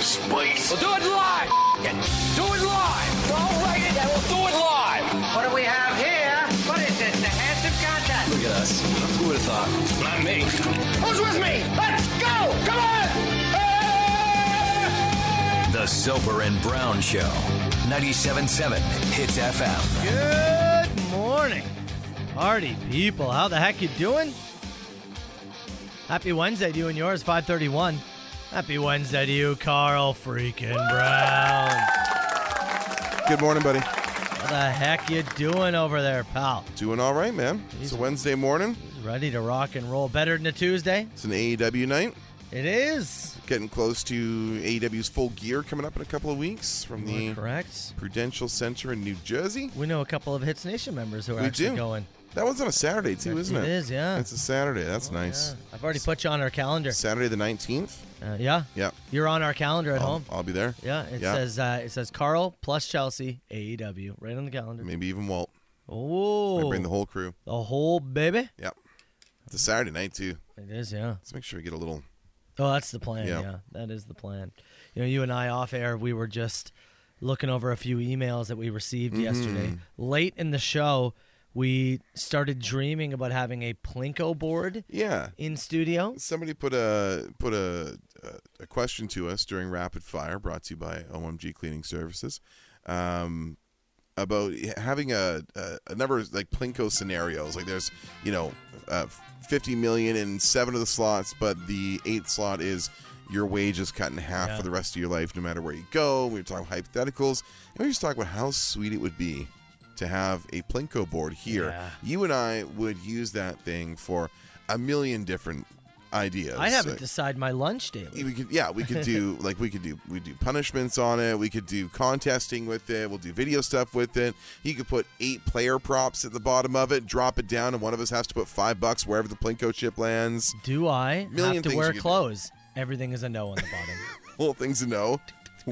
spice. We'll do it live. Do it live. I'll write it and we'll do it live. What do we have here? What is this? The handsome contest. Look at us. Who would have thought? Not me. Who's with me? Let's go! Come on! The Soper and Brown Show. 97.7 Hits FM. Good morning, party people. How the heck you doing? Happy Wednesday to you and yours, 531. Happy Wednesday to you, Carl freaking Brown. Good morning, buddy. How the heck you doing over there, pal? Doing all right, man. It's a Wednesday morning. Ready to rock and roll better than a Tuesday? It's an AEW night. It is. Getting close to AEW's full gear coming up in a couple of weeks from We're the correct. Prudential Center in New Jersey. We know a couple of Hits Nation members who are we actually do. going. That one's on a Saturday too, isn't It it? is, yeah. Oh, It's a Saturday. That's nice. Yeah. Uh, I've already put you on our calendar. Saturday the nineteenth. Uh, yeah. Yeah. You're on our calendar at I'll, home. I'll be there. Yeah, it says uh, it says Carl plus Chelsea AEW right on the calendar. maybe even Walt. I Oh, bring the whole crew. the whole baby. Yeah. It's a Saturday night too. It is, yeah. Let's make sure we get a little. Oh, that's the plan. Yeah. Yeah. that is the plan. You know, you and I off air, we were just looking over a few emails that we Mm-hmm. received yesterday. Late in the show, we started dreaming about having a plinko board Yeah. in studio. Somebody put a put a a- a question to us during rapid fire, brought to you by OMG Cleaning Services, um, about having a, a a number of like plinko scenarios. Like there's you know uh, 50 million in seven of the slots, but the eighth slot is your wage is cut in half Yeah. for the rest of your life, no matter where you go. We were talking hypotheticals, and we were just talking about how sweet it would be to have a plinko board here. Yeah. You and I would use that thing for a million different ideas. I haven't Like, decided my lunch daily. we could, yeah, we could do like we could do we do punishments on it. We could do contesting with it. We'll do video stuff with it. You could put eight player props at the bottom of it, drop it down, and one of us has to put five bucks wherever the plinko chip lands. Do I Million have to things wear you could do. clothes? Everything is a no on the bottom. Little things to know.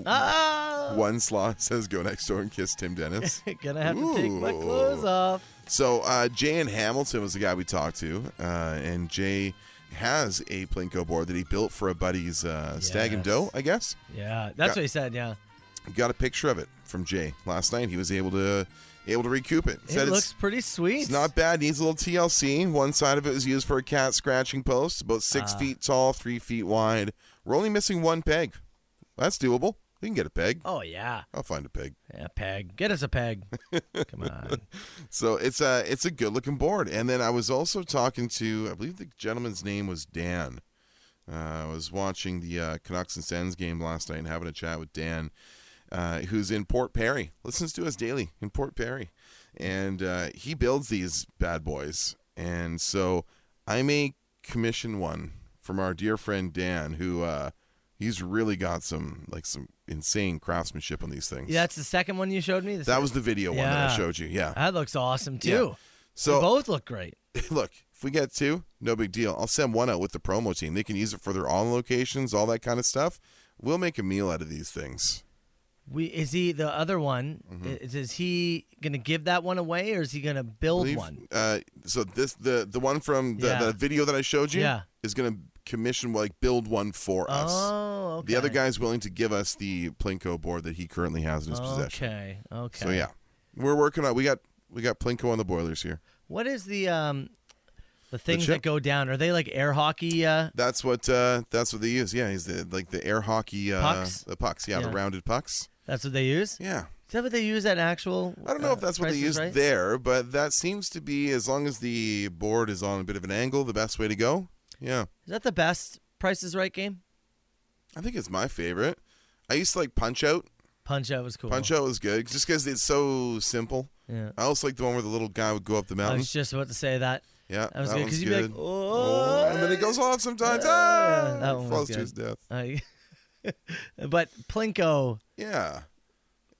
ah, One slot says go next door and kiss Tim Dennis. gonna have to take my Ooh. clothes off. So uh, Jay and Hamilton was the guy we talked to, uh, and Jay has a plinko board that he built for a buddy's uh, stag and Yes. doe, I guess. Yeah, that's Yeah. what he said. Yeah, Got a picture of it from Jay last night. He was able to able to recoup it. it looks it's, pretty sweet. it's not bad. Needs a little TLC. One side of it was used for a cat scratching post, about six Ah. feet tall, three feet wide. We're only missing one peg. That's doable. We can get a peg. Oh yeah, I'll find a peg. yeah, peg. Get us a peg. Come on. So it's a it's a good looking board. And then I was also talking to I believe the gentleman's name was Dan. Uh, I was watching the uh, Canucks and Sens game last night and having a chat with Dan, uh, who's in Port Perry. Listens to us daily in Port Perry, and uh, he builds these bad boys. And so I may commission one from our dear friend Dan, who uh, he's really got some like some insane craftsmanship on these things. Yeah, that's the second one you showed me. The that second- was the video one that I Yeah. showed you. Yeah. that looks awesome too. Yeah. So They both look great. look, if we get two, no big deal. I'll send one out with the promo team. They can use it for their on locations, all that kind of stuff. We'll make a meal out of these things. We is he the other one? Mm-hmm. Is, is he gonna give that one away or is he gonna build Believe- one? Uh, so this the the one from the, Yeah. the video that I showed you Yeah. is going to commission like build one for us. Oh, okay. The other guy's willing to give us the plinko board that he currently has in his possession. Okay. Okay. So yeah, we're working on. We got we got plinko on the boilers here. What is the um the things chip? that go down? Are they like air hockey? Uh, That's what uh, that's what they use. Yeah, he's the like the air hockey uh, Pucks? The pucks. Yeah, the Yeah. rounded pucks. that's what they use. Yeah. Is that what they use at actual? I don't know uh, if that's what they prices, used right? there, but that seems to be as long as the board is on a bit of an angle, the best way to go. Yeah, Is that the best Prices Right game? I think it's my favorite. I used to like Punch Out. Punch Out was cool. Punch Out was good just because it's so simple. Yeah. I also like the one where the little guy would go up the I mountain. was just about to say Oh, that. yeah, I was that good one's because you'd be like, good. oh, and then it goes off sometimes. yeah, ah, that one was falls to good. his death. I- Uh, but Plinko, Yeah.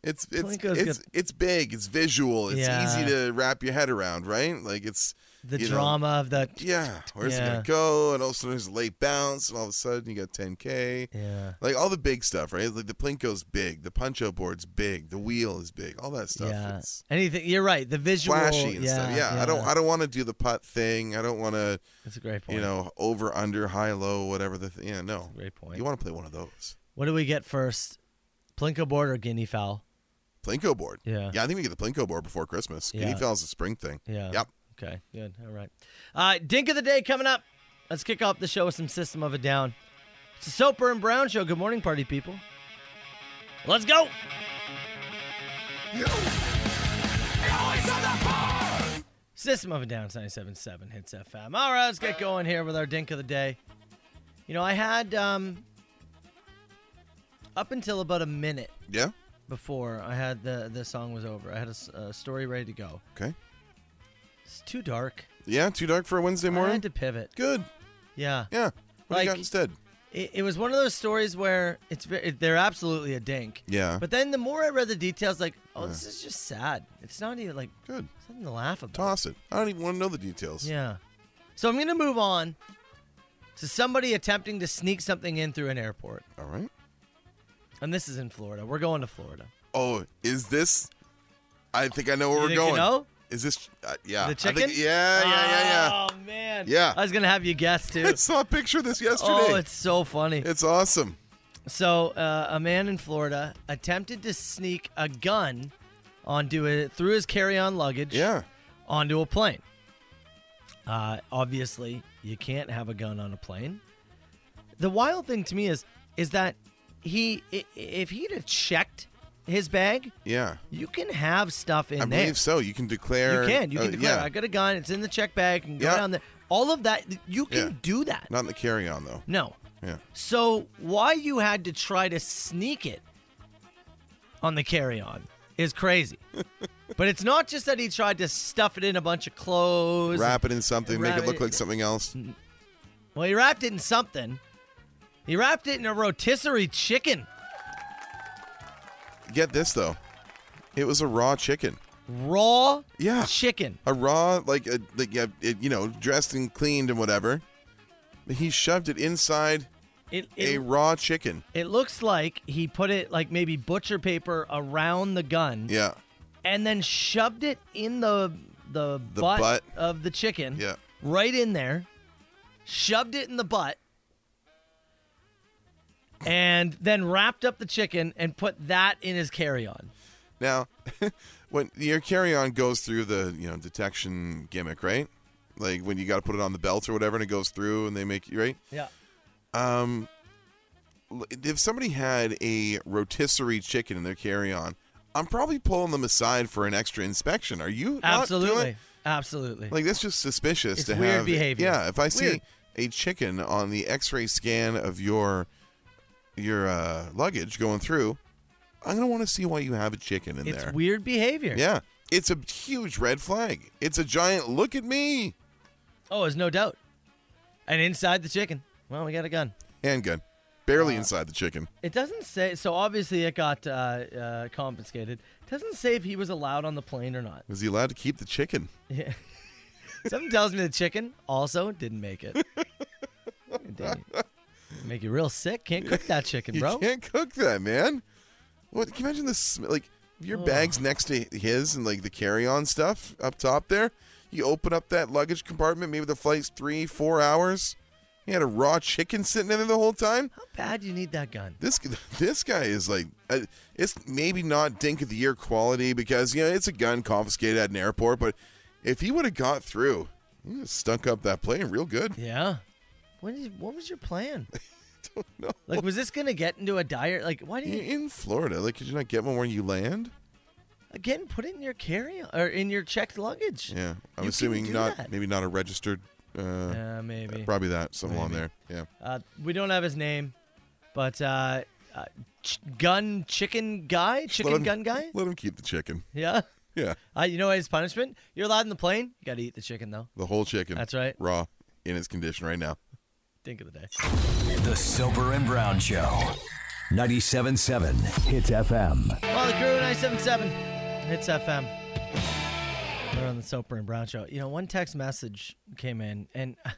It's it's Plinko's it's, good. it's big. It's visual. It's Yeah. easy to wrap your head around, right? Like it's the you know, drama of the Yeah, where's it Yeah. gonna go? And all of a sudden there's a late bounce, and all of a sudden you got 10k. yeah, Like all the big stuff, right? Like the plinko's big, the puncho board's big, the wheel is big, all that stuff. yeah, It's anything. You're right. The visual, flashy and yeah, stuff. Yeah, I don't, I don't want to do the putt thing. I don't want to, That's a great point. you know, over under, high low, whatever the. Th- yeah, no. great point. You want to play one of those? What do we get first? Plinko board or guinea fowl? Plinko board. Yeah. Yeah, I think we get the Plinko board before Christmas. Yeah. Guinea fowl's a spring thing. Yeah. Yep. Okay. Good. All right. Uh, Dink of the day coming up. Let's kick off the show with some System of a Down. It's a Soper and Brown show. Good morning, party people. Let's go. System of a Down 97.7 hits FM. All right, let's get going here with our Dink of the day. You know, I had um, up until about a minute Yeah. before I had the the song was over. I had a s a a story ready to go. Okay. It's too dark. Yeah, too dark for a Wednesday I morning. had to pivot. Good. Yeah. Yeah. What do you Like- got instead? It, it was one of those stories where it's ve- it, they're absolutely a dink. Yeah. But then the more I read the details, like, oh, this is just sad. It's not even like Good. something to laugh about. Toss it. I don't even want to know the details. Yeah. So I'm gonna move on to somebody attempting to sneak something in through an airport, All right. and this is in Florida. We're going to Florida. Oh, is this? I think I know where You we're think you going. know? Is this? Uh, yeah. The chicken? I think, yeah, yeah, yeah, yeah. Oh man. Yeah. I was gonna have you guess I too. saw a picture of this yesterday. oh, it's so funny. It's awesome. So, uh, a man in Florida attempted to sneak a gun onto it through his carry-on luggage Yeah. onto a plane. Uh, obviously, you can't have a gun on a plane. The wild thing to me is is that he i- if he'd have checked his bag, Yeah. you can have stuff in I there. believe so. You can declare. You can. You can uh, declare, Yeah. I got a gun. It's in the check bag. And go Yeah. down there. All of that. You can Yeah. do that. Not in the carry-on though. No. Yeah. So why you had to try to sneak it on the carry-on is crazy. but it's not just that he tried to stuff it in a bunch of clothes. Wrap it in something. Make Wrap it look it- like something else. Well, he wrapped it in something. He wrapped it in a rotisserie chicken. Get this though. It was a raw chicken. Raw Yeah. chicken. a raw like a, like a, it, you know dressed and cleaned and whatever he shoved it inside It, a it, raw chicken it looks like he put it like maybe butcher paper around the gun yeah and then shoved it in the the, The butt, butt. of the chicken. yeah right in there, shoved it in the butt, and then wrapped up the chicken and put that in his carry-on. now when your carry-on goes through the you know detection gimmick right like when you got to put it on the belt or whatever and it goes through and they make you right Yeah. L- if somebody had a rotisserie chicken in their carry-on i'm probably pulling them aside for an extra inspection are you not doing- Absolutely. Absolutely. Like that's just suspicious It's to weird have. behavior. Yeah, if I see Weird. a chicken on the X-ray scan of your your uh, luggage going through, I'm gonna want to see why you have a chicken in it's there. weird behavior. Yeah, it's a huge red flag. It's a giant look at me Oh, there's no doubt. And inside the chicken. Well, we got a gun. handgun, barely inside the chicken. It doesn't say. So obviously, it got uh, uh, confiscated. It doesn't say if he was allowed on the plane or not. Was he allowed to keep the chicken? Yeah. Something tells me the chicken also didn't make it. It didn't. Make you real sick. Can't cook that chicken, You bro. can't cook that, man. What? Can you imagine the sm- like if your bag's next to his and like the carry-on stuff up top there? You open up that luggage compartment. Maybe the flight's three, four hours. He had a raw chicken sitting in there the whole time. How bad you need that gun? This g- this guy is like, uh, it's maybe not dink of the year quality because you know it's a gun confiscated at an airport. But if he would have got through, he would've stunk up that plane real good. Yeah. What, is, what was your plan? No. Like, was this gonna get into a dire? Like, why didn't you in Florida, like, could you not get one where you land? again put it in your carry or in your checked luggage? Yeah, I'm You assuming couldn't do not. that. Maybe not a registered. Uh, Yeah, maybe. Probably that something on there. Maybe. Yeah. Uh, we don't have his name, but uh, uh, ch- gun chicken guy, Let chicken him- gun guy. Let him keep the chicken. Yeah. Yeah, Uh, you know his punishment? You're allowed in the plane. You gotta eat the chicken though. the whole chicken. That's right. Raw, in its condition right now. Think of the day. The Soper and Brown Show. 97.7 Hits FM. Well, the crew 977 hits FM. We're on the Soper and Brown show. You know, one text message came in, and uh,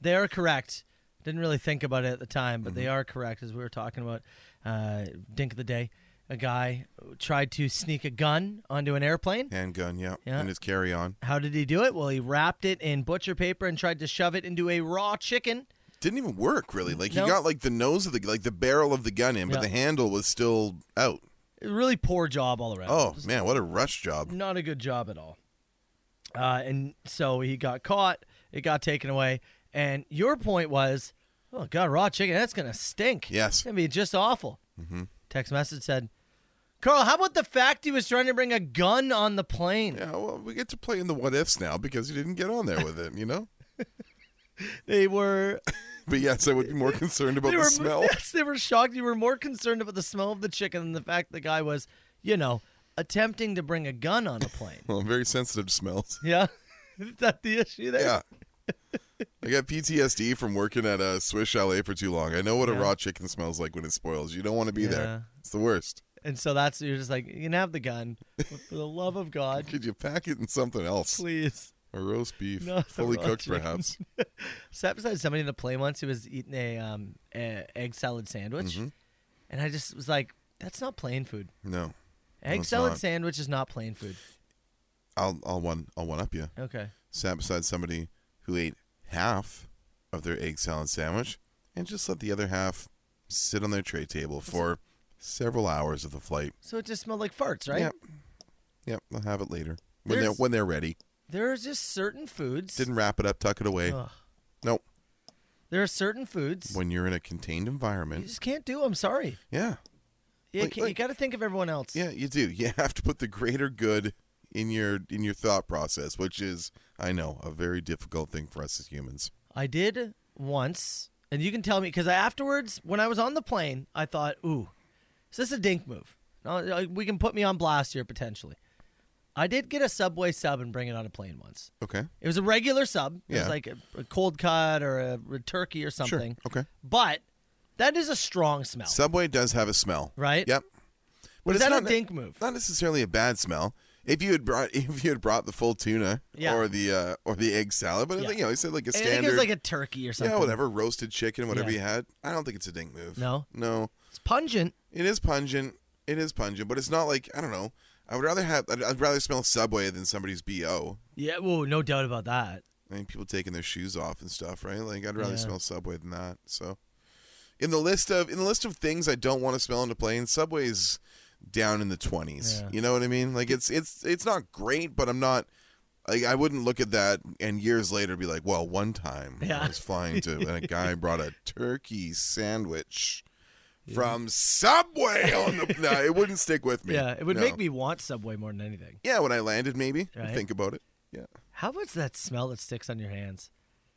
they are correct. Didn't really think about it at the time, but they are correct as we were talking about uh, Dink of the Day. A guy tried to sneak a gun onto an airplane. Handgun. Yeah. Yeah. And his carry on. How did he do it? Well, he wrapped it in butcher paper and tried to shove it into a raw chicken Didn't even work really. Like No. he got like the nose of the like the barrel of the gun in, but Yeah. the handle was still out. Really poor job all around. Oh Just man, what a rush job. not a good job at all. Uh, and so he got caught. It got taken away. And your point was, oh god, raw chicken. That's gonna stink. Yes. it's gonna be just awful. Mm-hmm. Text message said, Carl, how about the fact he was trying to bring a gun on the plane? Yeah, well, we get to play in the what ifs now because he didn't get on there with it, you know. They were But yes, I would be more concerned about they the were smell. yes, they were shocked. You were more concerned about the smell of the chicken than the fact the guy was, you know, attempting to bring a gun on a plane. Well, I'm very sensitive to smells. yeah, is that the issue there? Yeah. I got PTSD from working at a Swiss chalet for too long. I know what a raw chicken smells like when it spoils. You don't want to be there. Yeah. It's the worst. And so that's you're just like you can have the gun, but for the love of God, Could you pack it in something else? please. A roast beef, Not the fully raw cooked, chicken. perhaps. So I had somebody in the plane once who was eating a, um, a egg salad sandwich, Mm-hmm. and I just was like, "That's not plain food. No, Egg it's salad not. sandwich is not plain food." I'll I'll one I'll one up you. Okay. Sat beside somebody who ate half of their egg salad sandwich and just let the other half sit on their tray table for several hours of the flight. So it just smelled like farts, right? Yep. Yep, they'll have it later when they're There's- when they're ready. There are just certain foods. Didn't wrap it up, tuck it away. Ugh. Nope. There are certain foods When you're in a contained you environment, just can't do. I'm sorry. yeah, You, Like- ca- you like- got to think of everyone else. yeah, you do. You have to put the greater good in your in your thought process, which is, I know, a very difficult thing for us as humans. I did once, and you can tell me because afterwards, when I was on the plane, I thought, "Ooh, is this a dink move? No, uh, We can put me on blast here potentially." I did get a Subway sub and bring it on a plane once. Okay, It was a regular sub. It Yeah. was like a, a cold cut or a, a turkey or sure. something. Okay, But that is a strong smell. Subway does have a smell, Right? Yep. But Was it's that a not- dink move? Not necessarily a bad smell. If you had brought if you had brought the full tuna Yeah. or the uh, or the egg salad, but I Yeah. think you know, I said like a I standard. think it was like a turkey or something. Yeah, whatever. Roasted chicken, whatever Yeah. you had. I don't think it's a dink move. No? No. It's pungent. It is pungent. It is pungent, but it's not like I don't know. I would rather have. I'd, I'd rather smell Subway than somebody's bo. Yeah, whoa, no doubt about that. I mean, people taking their shoes off and stuff, right? Like I'd rather Yeah. smell Subway than that. So, in the list of in the list of things I don't want to smell in a plane, Subway's down in the twenties. Yeah. You know what I mean? Like it's it's it's not great, but I'm not. Like I wouldn't look at that and years later be like, well, one time I Yeah. was flying to and a guy brought a turkey sandwich from Subway on the. no, it wouldn't stick with me. Yeah, it would No. make me want Subway more than anything. Yeah, when I landed, maybe Right. think about it. Yeah, How about that smell that sticks on your hands?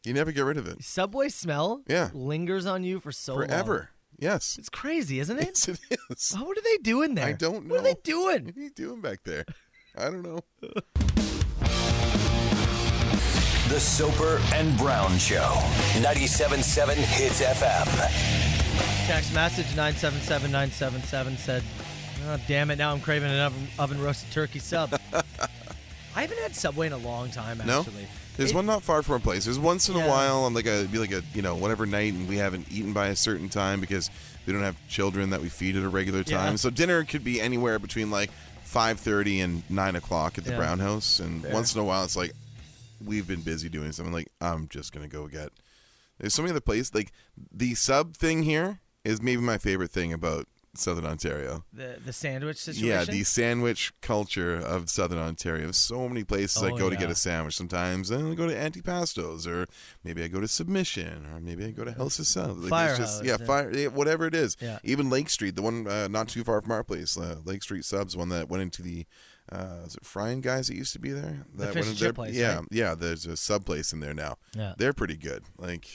you never get rid of it Subway smell Yeah. lingers on you for so long. forever. Yes. It's crazy, isn't it? Yes, it is. What are they doing there? I don't What are they know. doing? What are you doing back there? I don't know. The Soper and Brown Show. 97.7 Hits FM. Text message 977977 said, oh, damn it, now I'm craving an oven, oven roasted turkey sub. I haven't had Subway in a long time, No, actually. there's It- one not far from our place. There's once in Yeah. a while on like a be like a you know whatever night, and we haven't eaten by a certain time because we don't have children that we feed at a regular Yeah. time. So dinner could be anywhere between like five thirty and nine o'clock at the Yeah. Brown House, and once in a while it's like we've been busy doing something. Like I'm just gonna go get. There's so many other places. Like the sub thing here is maybe my favorite thing about Southern Ontario. The, the sandwich situation. Yeah, the sandwich culture of Southern Ontario. So many places I Oh, go to yeah. get a sandwich. Sometimes I go to Antipastos, or maybe I go to Submission, or maybe I go to House of South. Like, there's Firehouse, yeah, yeah. fire, yeah, whatever it is. Yeah. Even Lake Street, the one uh, not too far from our place, uh, Lake Street Subs, one that went into the. Uh, is it Frying Guys that used to be there? That went fish and in there- chip place, Yeah, right? yeah. There's a sub place in there now. Yeah. Mm. They're pretty good. Like,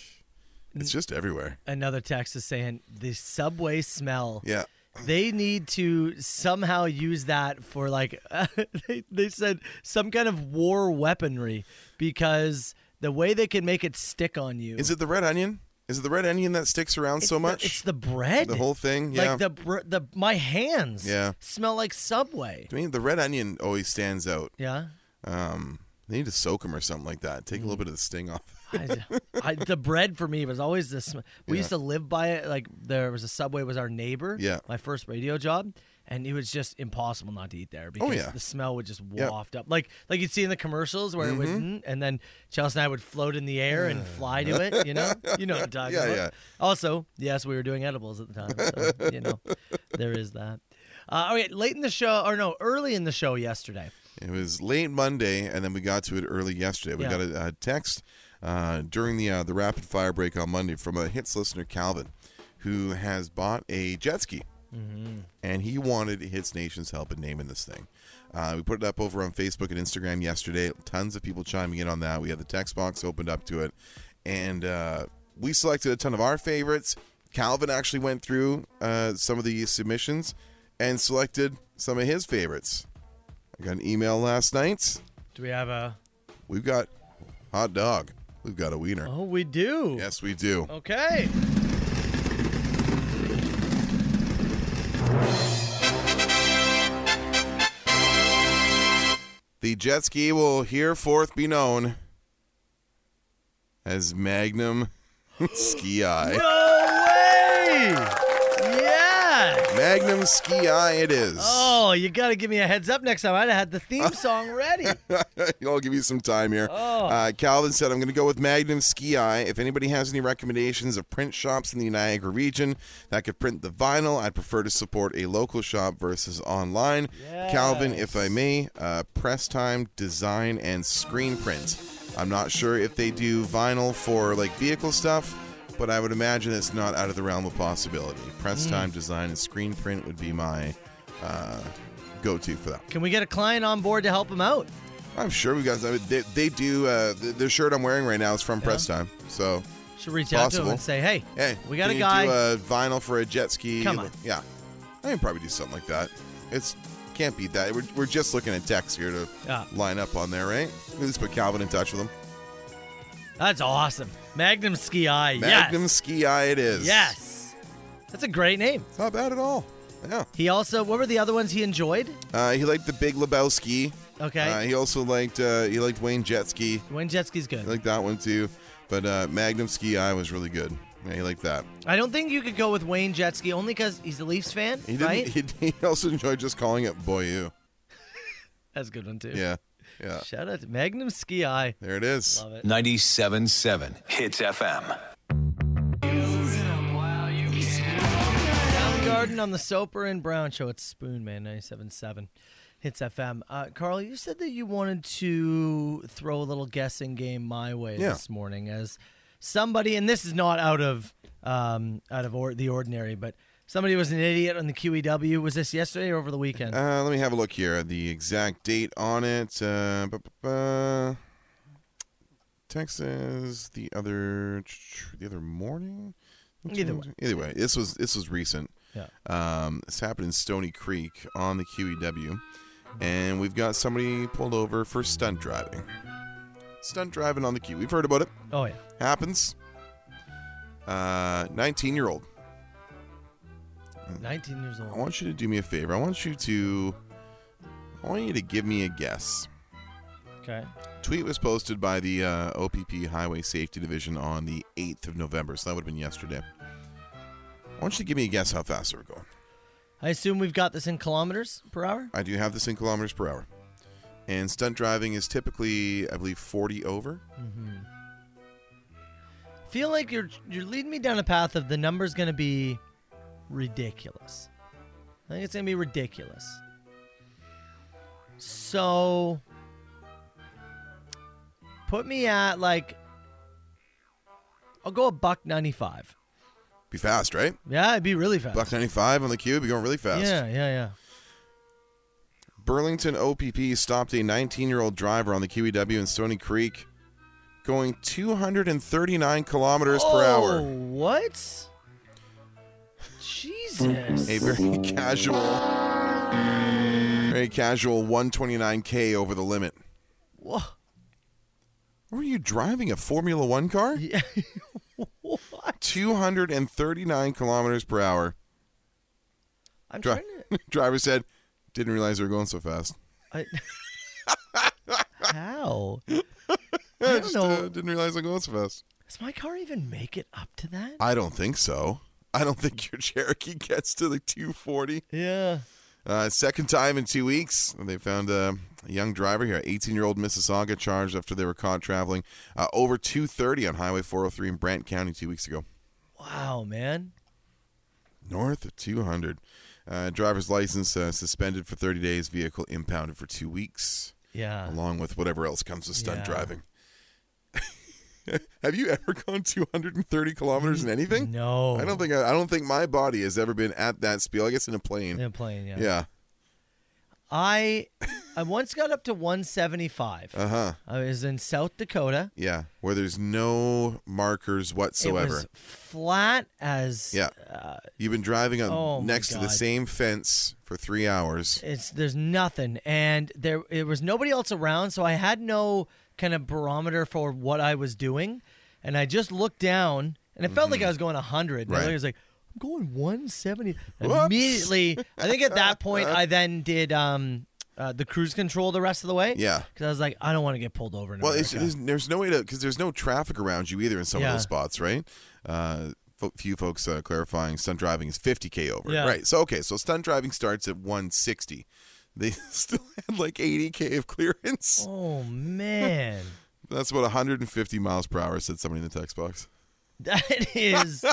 it's just everywhere. Another text is saying, the Subway smell. Yeah. they need to somehow use that for like they, they said some kind of war weaponry because the way they can make it stick on you Is it the red onion? Is it the red onion that sticks around It's so the- much? it's the bread the whole thing. Yeah. like the br- the my hands Yeah. smell like subway I mean, the red onion always stands out. yeah Um, they need to soak them or something like that. Take a Mm. little bit of the sting off. I, I, the bread for me was always this. We used to live by it. Like there was a subway was our neighbor. Yeah. My first radio job, and it was just impossible not to eat there because Oh, yeah. Mm-hmm. the smell would just Yep. waft up, like like you'd see in the commercials where it would, mm, and then Chelsea and I would float in the air and fly to it. You know, you know what I'm talking Yeah, about. yeah. Also, yes, we were doing edibles at the time, so you know, there is that. Uh, okay, late in the show, or no, early in the show yesterday. It was late Monday, and then we got to it early yesterday. We Yeah. got a, uh text uh, during the uh, the rapid fire break on Monday from a hits listener, Calvin, who has bought a jet ski, and he wanted Hits Nation's help in naming this thing. Uh, we put it up over on Facebook and Instagram yesterday. Tons of people chiming in on that. We had the text box opened up to it, and uh, we selected a ton of our favorites. Calvin actually went through uh, some of the submissions and selected some of his favorites. I got an email last night. Do we have a? We've got hot dog. We've got a wiener. Oh, we do. Yes, we do. Okay. The jet ski will hereforth be known as Magnum Ski Eye. No way! Yes! Magnum Ski Eye it is. Oh, you got to give me a heads up next time. I'd have had the theme song ready. I'll give you some time here. Oh. Uh, Calvin said, I'm going to go with Magnum Ski Eye. If anybody has any recommendations of print shops in the Niagara region that could print the vinyl, I'd prefer to support a local shop versus online. Calvin, if I may, uh, press time, design, and screen print. I'm not sure if they do vinyl for like vehicle stuff, but I would imagine it's not out of the realm of possibility. Press time, design, and screen print would be my uh, go to for that. Can we get a client on board to help him out? I'm sure we got. I mean, they, they do. Uh, the, the shirt I'm wearing right now is from press time. So Should reach out to him Possible. and say, hey, hey, we got can a you guy. Do a vinyl for a jet ski. Come on. Yeah, I can probably do something like that. It's can't beat that. We're, we're just looking at text here to Yeah. line up on there, right? At least put Calvin in touch with him. That's awesome. Magnum Ski Eye. Magnum yes. Ski Eye, it is. Yes. That's a great name. it's not bad at all. Yeah, He also, what were the other ones he enjoyed? uh, he liked the Big Lebowski. Okay. Uh, he also liked uh, he liked Wayne Jetski. Wayne Jetski's good. He liked that one too. But uh, Magnum Ski Eye was really good. Yeah, he liked that. I don't think you could go with Wayne Jetski only because he's a Leafs fan, He didn't. right? He, he also enjoyed just calling it Boyu. That's a good one, too. Yeah, yeah. Shout out to Magnum Ski Eye. There it is. Love it. 97.7 Hits FM. Garden on the Soper and Brown show. It's Spoon Man 97.7 hits FM. Uh, Carl, you said that you wanted to throw a little guessing game my way Yeah. this morning as somebody, and this is not out of um, out of or- the ordinary, but somebody was an idiot on the QEW. Was this yesterday or over the weekend? Uh, let me have a look here. The exact date on it. Uh, bu- bu- bu- Texas. The other. The other morning. Which Either one was it? Either way, this was this was recent. Yeah. Um, this happened in Stony Creek on the QEW, and we've got somebody pulled over for stunt driving. Stunt driving on the Q. E We've heard about it. oh, yeah. Happens. Uh, 19 year old. 19 years old. I want you to do me a favor. I want you to I want you to give me a guess. Okay. Tweet was posted by the uh, OPP Highway Safety Division on the 8th of November, so that would have been yesterday. I want you to give me a guess how fast they were going. I assume we've got this in kilometers per hour? I do have this in kilometers per hour. And stunt driving is typically, I believe, 40 over. feel like you're you're leading me down a path of the number's gonna be ridiculous. I think it's gonna be ridiculous. So put me at like I'll go a buck ninety five. Be fast, right? Yeah, it'd be really fast. Buck 95 on the cube, be going really fast. Yeah, yeah, yeah. Burlington OPP stopped a 19 year old driver on the QEW in Stony Creek going 239 kilometers per Oh, hour. What? Jesus. A very casual, very casual 129K over the limit. Whoa. Were you driving a Formula One car? Yeah. 239 kilometers per hour. I'm Dri- trying to. driver said, didn't realize they were going so fast. I, how? I don't know. Uh, didn't realize they were going so fast. Does my car even make it up to that? I don't think so. I don't think your Cherokee gets to the 240. Yeah. Uh, second time in two weeks, they found uh, a young driver here, 18-year-old Mississauga, charged after they were caught traveling uh, over 230 on Highway 403 in Brant County two weeks ago. Wow, man. North of 200. Uh, driver's license uh, suspended for 30 days, vehicle impounded for two weeks, Yeah. along with whatever else comes with stunt Uh. Yeah. driving. Have you ever gone 230 kilometers in anything? No. I don't think I, I don't think my body has ever been at that speed. I guess in a plane. In a plane, yeah. Yeah. I I once got up to 175. Uh huh. I was in South Dakota. Yeah. Where there's no markers It whatsoever. was flat as uh, yeah. You've been driving on oh my next to the God. same fence for three hours. it's there's nothing and there it was nobody else around so i had no kind of barometer for what i was doing and i just looked down and it felt like i was going 100 and Mm-hmm. Right. i was like i'm going 170 Whoops. immediately i think at that point i then did um uh, the cruise control the rest of the way Yeah. because i was like i don't want to get pulled over in Well, it's, America. there's, there's no way to because there's no traffic around you either in some of Yeah. those spots, right? Uh, fo- few folks uh, clarifying stunt driving is 50k over, Yeah. right? So okay, so stunt driving starts at 160. They still had like 80k of clearance. oh man That's about 150 miles per hour," said somebody in the text box. that is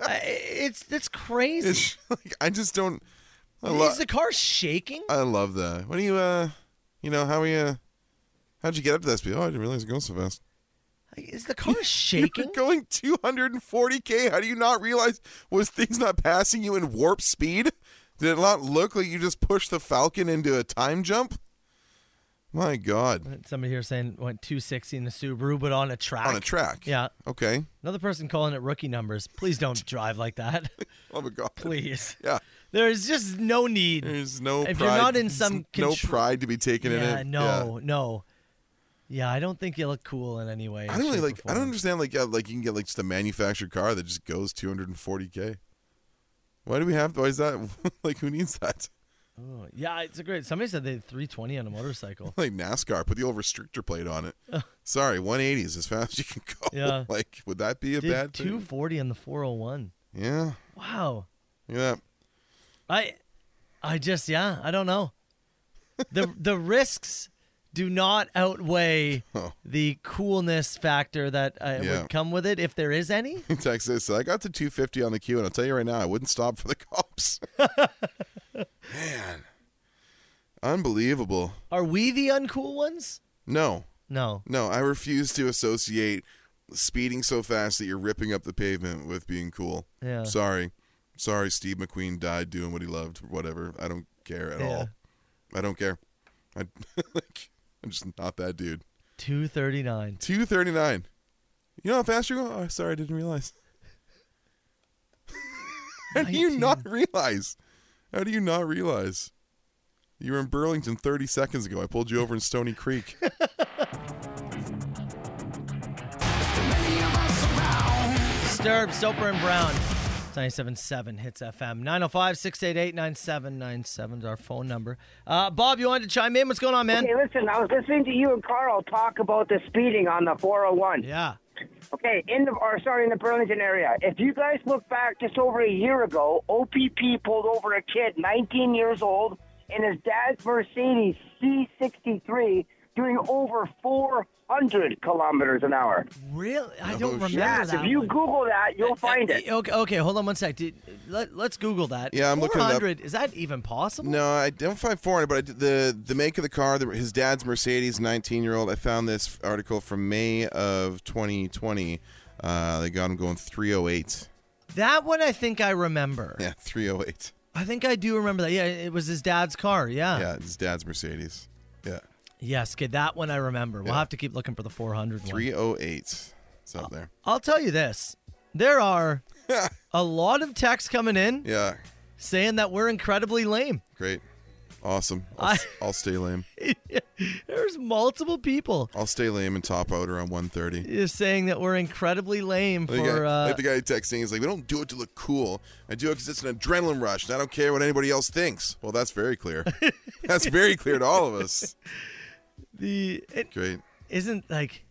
I- it's that's crazy It's like, I just don't. I, lo- is the car shaking I love that. What do you uh, you know, how are you? How'd you get up to that speed? Oh, I didn't realize it goes so fast. is the car You're shaking going 240k. How do you not realize was things not passing you in warp speed? Did it not look like you just pushed the Falcon into a time jump? My God, Somebody here saying went 260 in the Subaru, but on a track. on a track. Yeah. Okay. Another person calling it rookie numbers. Please don't drive like that. Oh my God. Please. Yeah. There is just no need. There's no. If you're pride, not in there's some no contr- pride to be taken in yeah, it. no, no. Yeah, I don't think you look cool in any way. I don't really shape, or like. I don't form. understand. Like, yeah, like you can get like just a manufactured car that just goes 240k. Why do we have? Why is that? like, who needs that? Oh, Yeah, it's a great. Somebody said they had 320 on a motorcycle. like NASCAR, put the old restrictor plate on it. Sorry, 180 is as fast as you can go. Yeah. Like, would that be a Did bad thing? 240 on the 401. Yeah. Wow. Yeah. I, I just yeah, I don't know. the The risks do not outweigh Oh. the coolness factor that uh, Yeah. would come with it, if there is any. Texas, said, I got to 250 on the queue, and I'll tell you right now, I wouldn't stop for the cops. Man. Unbelievable. Are we the uncool ones? No, No. no, I refuse to associate speeding so fast that you're ripping up the pavement with being cool. Yeah. Sorry. Sorry, Steve McQueen died doing what he loved, whatever. I don't care at Yeah. all. I don't care. I, like, I'm just not that dude. 239. 239. You know how fast you're going? Oh, sorry, I didn't realize. how do you not realize? How do you not realize? You were in Burlington 30 seconds ago. I pulled you over in Stony Creek. Disturbed, Soper and Brown. It's 97.7 Hits FM. 905 688 9797 is our phone number. Uh, Bob, you wanted to chime in? What's going on, man? Hey, listen, I was listening to you and Carl talk about the speeding on the 401. Yeah. Okay, in the, or sorry, in the Burlington area. If you guys look back just over a year ago, OPP pulled over a kid, 19 years old, in his dad's Mercedes C63 doing over 400 kilometers an hour. Really? I Oh, don't remember shit. Yes, that. if you one. Google that, you'll find it. Okay, okay, hold on one sec. Did, let, let's Google that. Yeah, I'm looking it up. 400, is that even possible? no, I don't find 400, but I did the the make of the car, the, his dad's Mercedes, 19 year old. I found this article from May of 2020. Uh, they got him going 308. That one I think I remember. Yeah, 308. I think I do remember that. Yeah, it was his dad's car. Yeah. Yeah, his dad's Mercedes. Yeah, Yes, okay, that one I remember. We'll Yeah. have to keep looking for the 400 one. 308. It's up there. I'll tell you this. There are a lot of texts coming in Yeah, saying that we're incredibly lame. Great. Awesome. I'll, I- s- I'll stay lame. There's multiple people I'll stay lame and top out around 130. is saying that we're incredibly lame Like, the for guy, uh, like the guy texting, he's like, we don't do it to look cool. I do it because it's an adrenaline rush, and I don't care what anybody else thinks. Well, that's very clear. that's very clear to all of us. the it Great. isn't like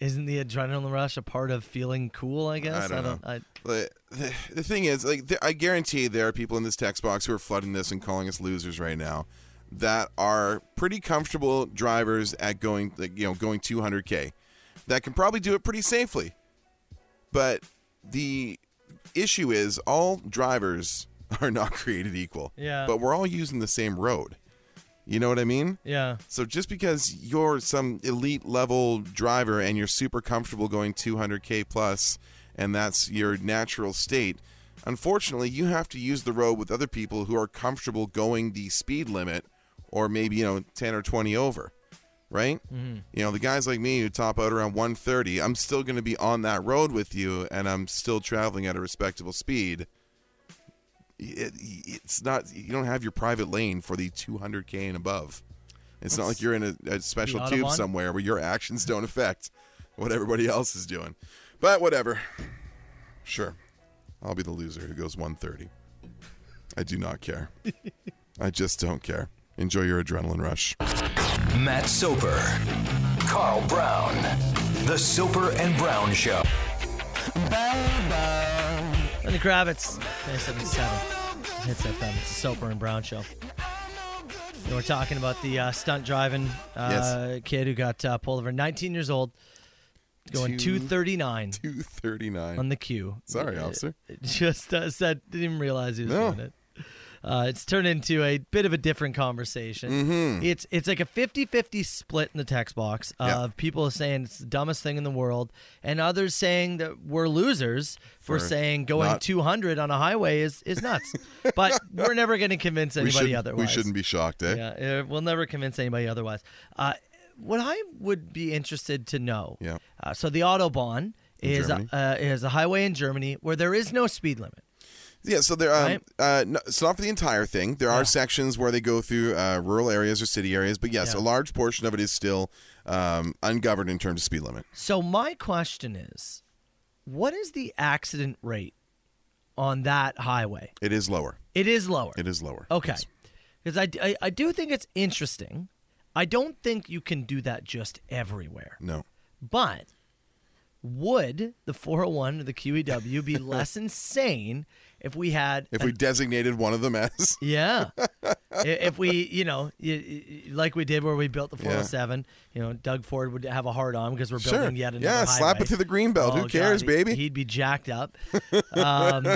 Isn't the adrenaline rush a part of feeling cool? I guess I don't know. I, The, the, the thing is, like, th I guarantee there are people in this text box who are flooding this and calling us losers right now, that are pretty comfortable drivers at going, like, you know, going 200k, that can probably do it pretty safely. But the issue is, all drivers are not created equal. Yeah. But we're all using the same road. You know what I mean? yeah. So just because you're some elite level driver and you're super comfortable going 200k plus and that's your natural state, unfortunately you have to use the road with other people who are comfortable going the speed limit or maybe you know 10 or 20 over, right? You know, the guys like me who top out around 130, I'm still going to be on that road with you and I'm still traveling at a respectable speed. It, it's not you don't have your private lane for the 200k and above. It's not like you're in a, a special The tube Autobahn? somewhere where your actions don't affect what everybody else is doing. But whatever. Sure. I'll be the loser who goes 130. I do not care. I just don't care. Enjoy your adrenaline rush. Matt Soper, Carl Brown, The Soper and Brown Show. Lenny Kravitz, 977. Hits FM. It's a Soper and Brown show. And we're talking about the uh, stunt driving uh, kid who got uh, pulled over, 19 years old, going Two- 239 239. on the queue. Sorry, officer. It just uh, said didn't even realize he was No. doing it. Uh, it's turned into a bit of a different conversation. It's it's like a 50-50 split in the text box of Mm-hmm. Yeah. people saying it's the dumbest thing in the world and others saying that we're losers for, For saying going not- 200 on a highway is, is nuts. but we're never going to convince We, anybody should, otherwise. we shouldn't be shocked, eh? Yeah, uh, we'll never convince anybody otherwise. Uh, what I would be interested to know. Yeah. Uh, so the autobahn is Germany? uh, is a highway in Germany where there is no speed limit. Yeah, so there. Um, Right? uh, no, it's not for the entire thing. There are sections where they go through uh, rural areas or city areas, but yes, Yeah. a large portion of it is still um, ungoverned in terms of speed limit. So my question is, what is the accident rate on that highway? It is lower. It is lower. It is lower. Okay. Yes. Because I, I, I do think it's interesting. I don't think you can do that just everywhere. No. But would the 401 or the QEW be less insane if we had If we designated one of them as Yeah. I- if we, you know, y- y- like we did where we built the 407, you know, Doug Ford would have a hard on because we're Sure. building yet another Yeah, slap it highway. Oh, to the green belt. Who God, cares, he- baby? He'd be jacked up. Um,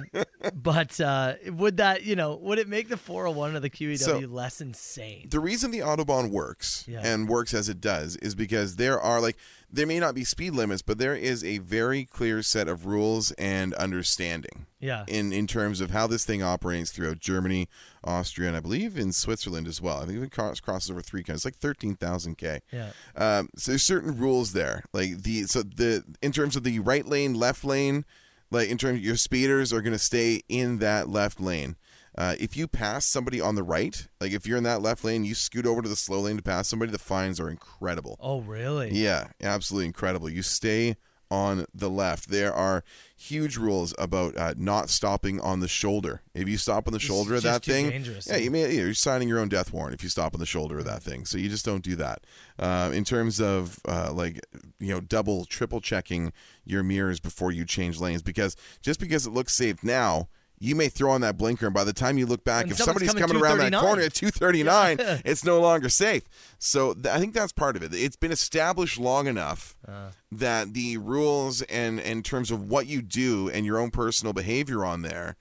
but uh, would that, you know, would it make the 401 or the QEW So- less insane? the reason the autobahn works Yeah. and works as it does is because there are like there may not be speed limits, but there is a very clear set of rules and understanding. Yeah. in in terms of how this thing operates throughout Germany, Austria, and I believe in Switzerland as well. I think it cross, crosses over three countries, like thirteen thousand k. Yeah. Um, so there's certain rules there, like the so the in terms of the right lane, left lane, like in terms your speeders are going to stay in that left lane. Uh, if you pass somebody on the right, like if you're in that left lane, you scoot over to the slow lane to pass somebody. The fines are incredible. Oh, really? Yeah, absolutely incredible. You stay on the left. There are huge rules about uh, not stopping on the shoulder. If you stop on the shoulder of just that too thing, dangerous, yeah, yeah. you may, you're signing your own death warrant if you stop on the shoulder of that thing. So you just don't do that. Uh, in terms of uh, like you know double, triple checking your mirrors before you change lanes, because just because it looks safe now. You may throw on that blinker, and by the time you look back, And if somebody's somebody's coming, coming around that 239. corner at 239, it's no longer safe. So th- I think that's part of it. It's been established long enough Uh. that the rules and in terms of what you do and your own personal behavior on there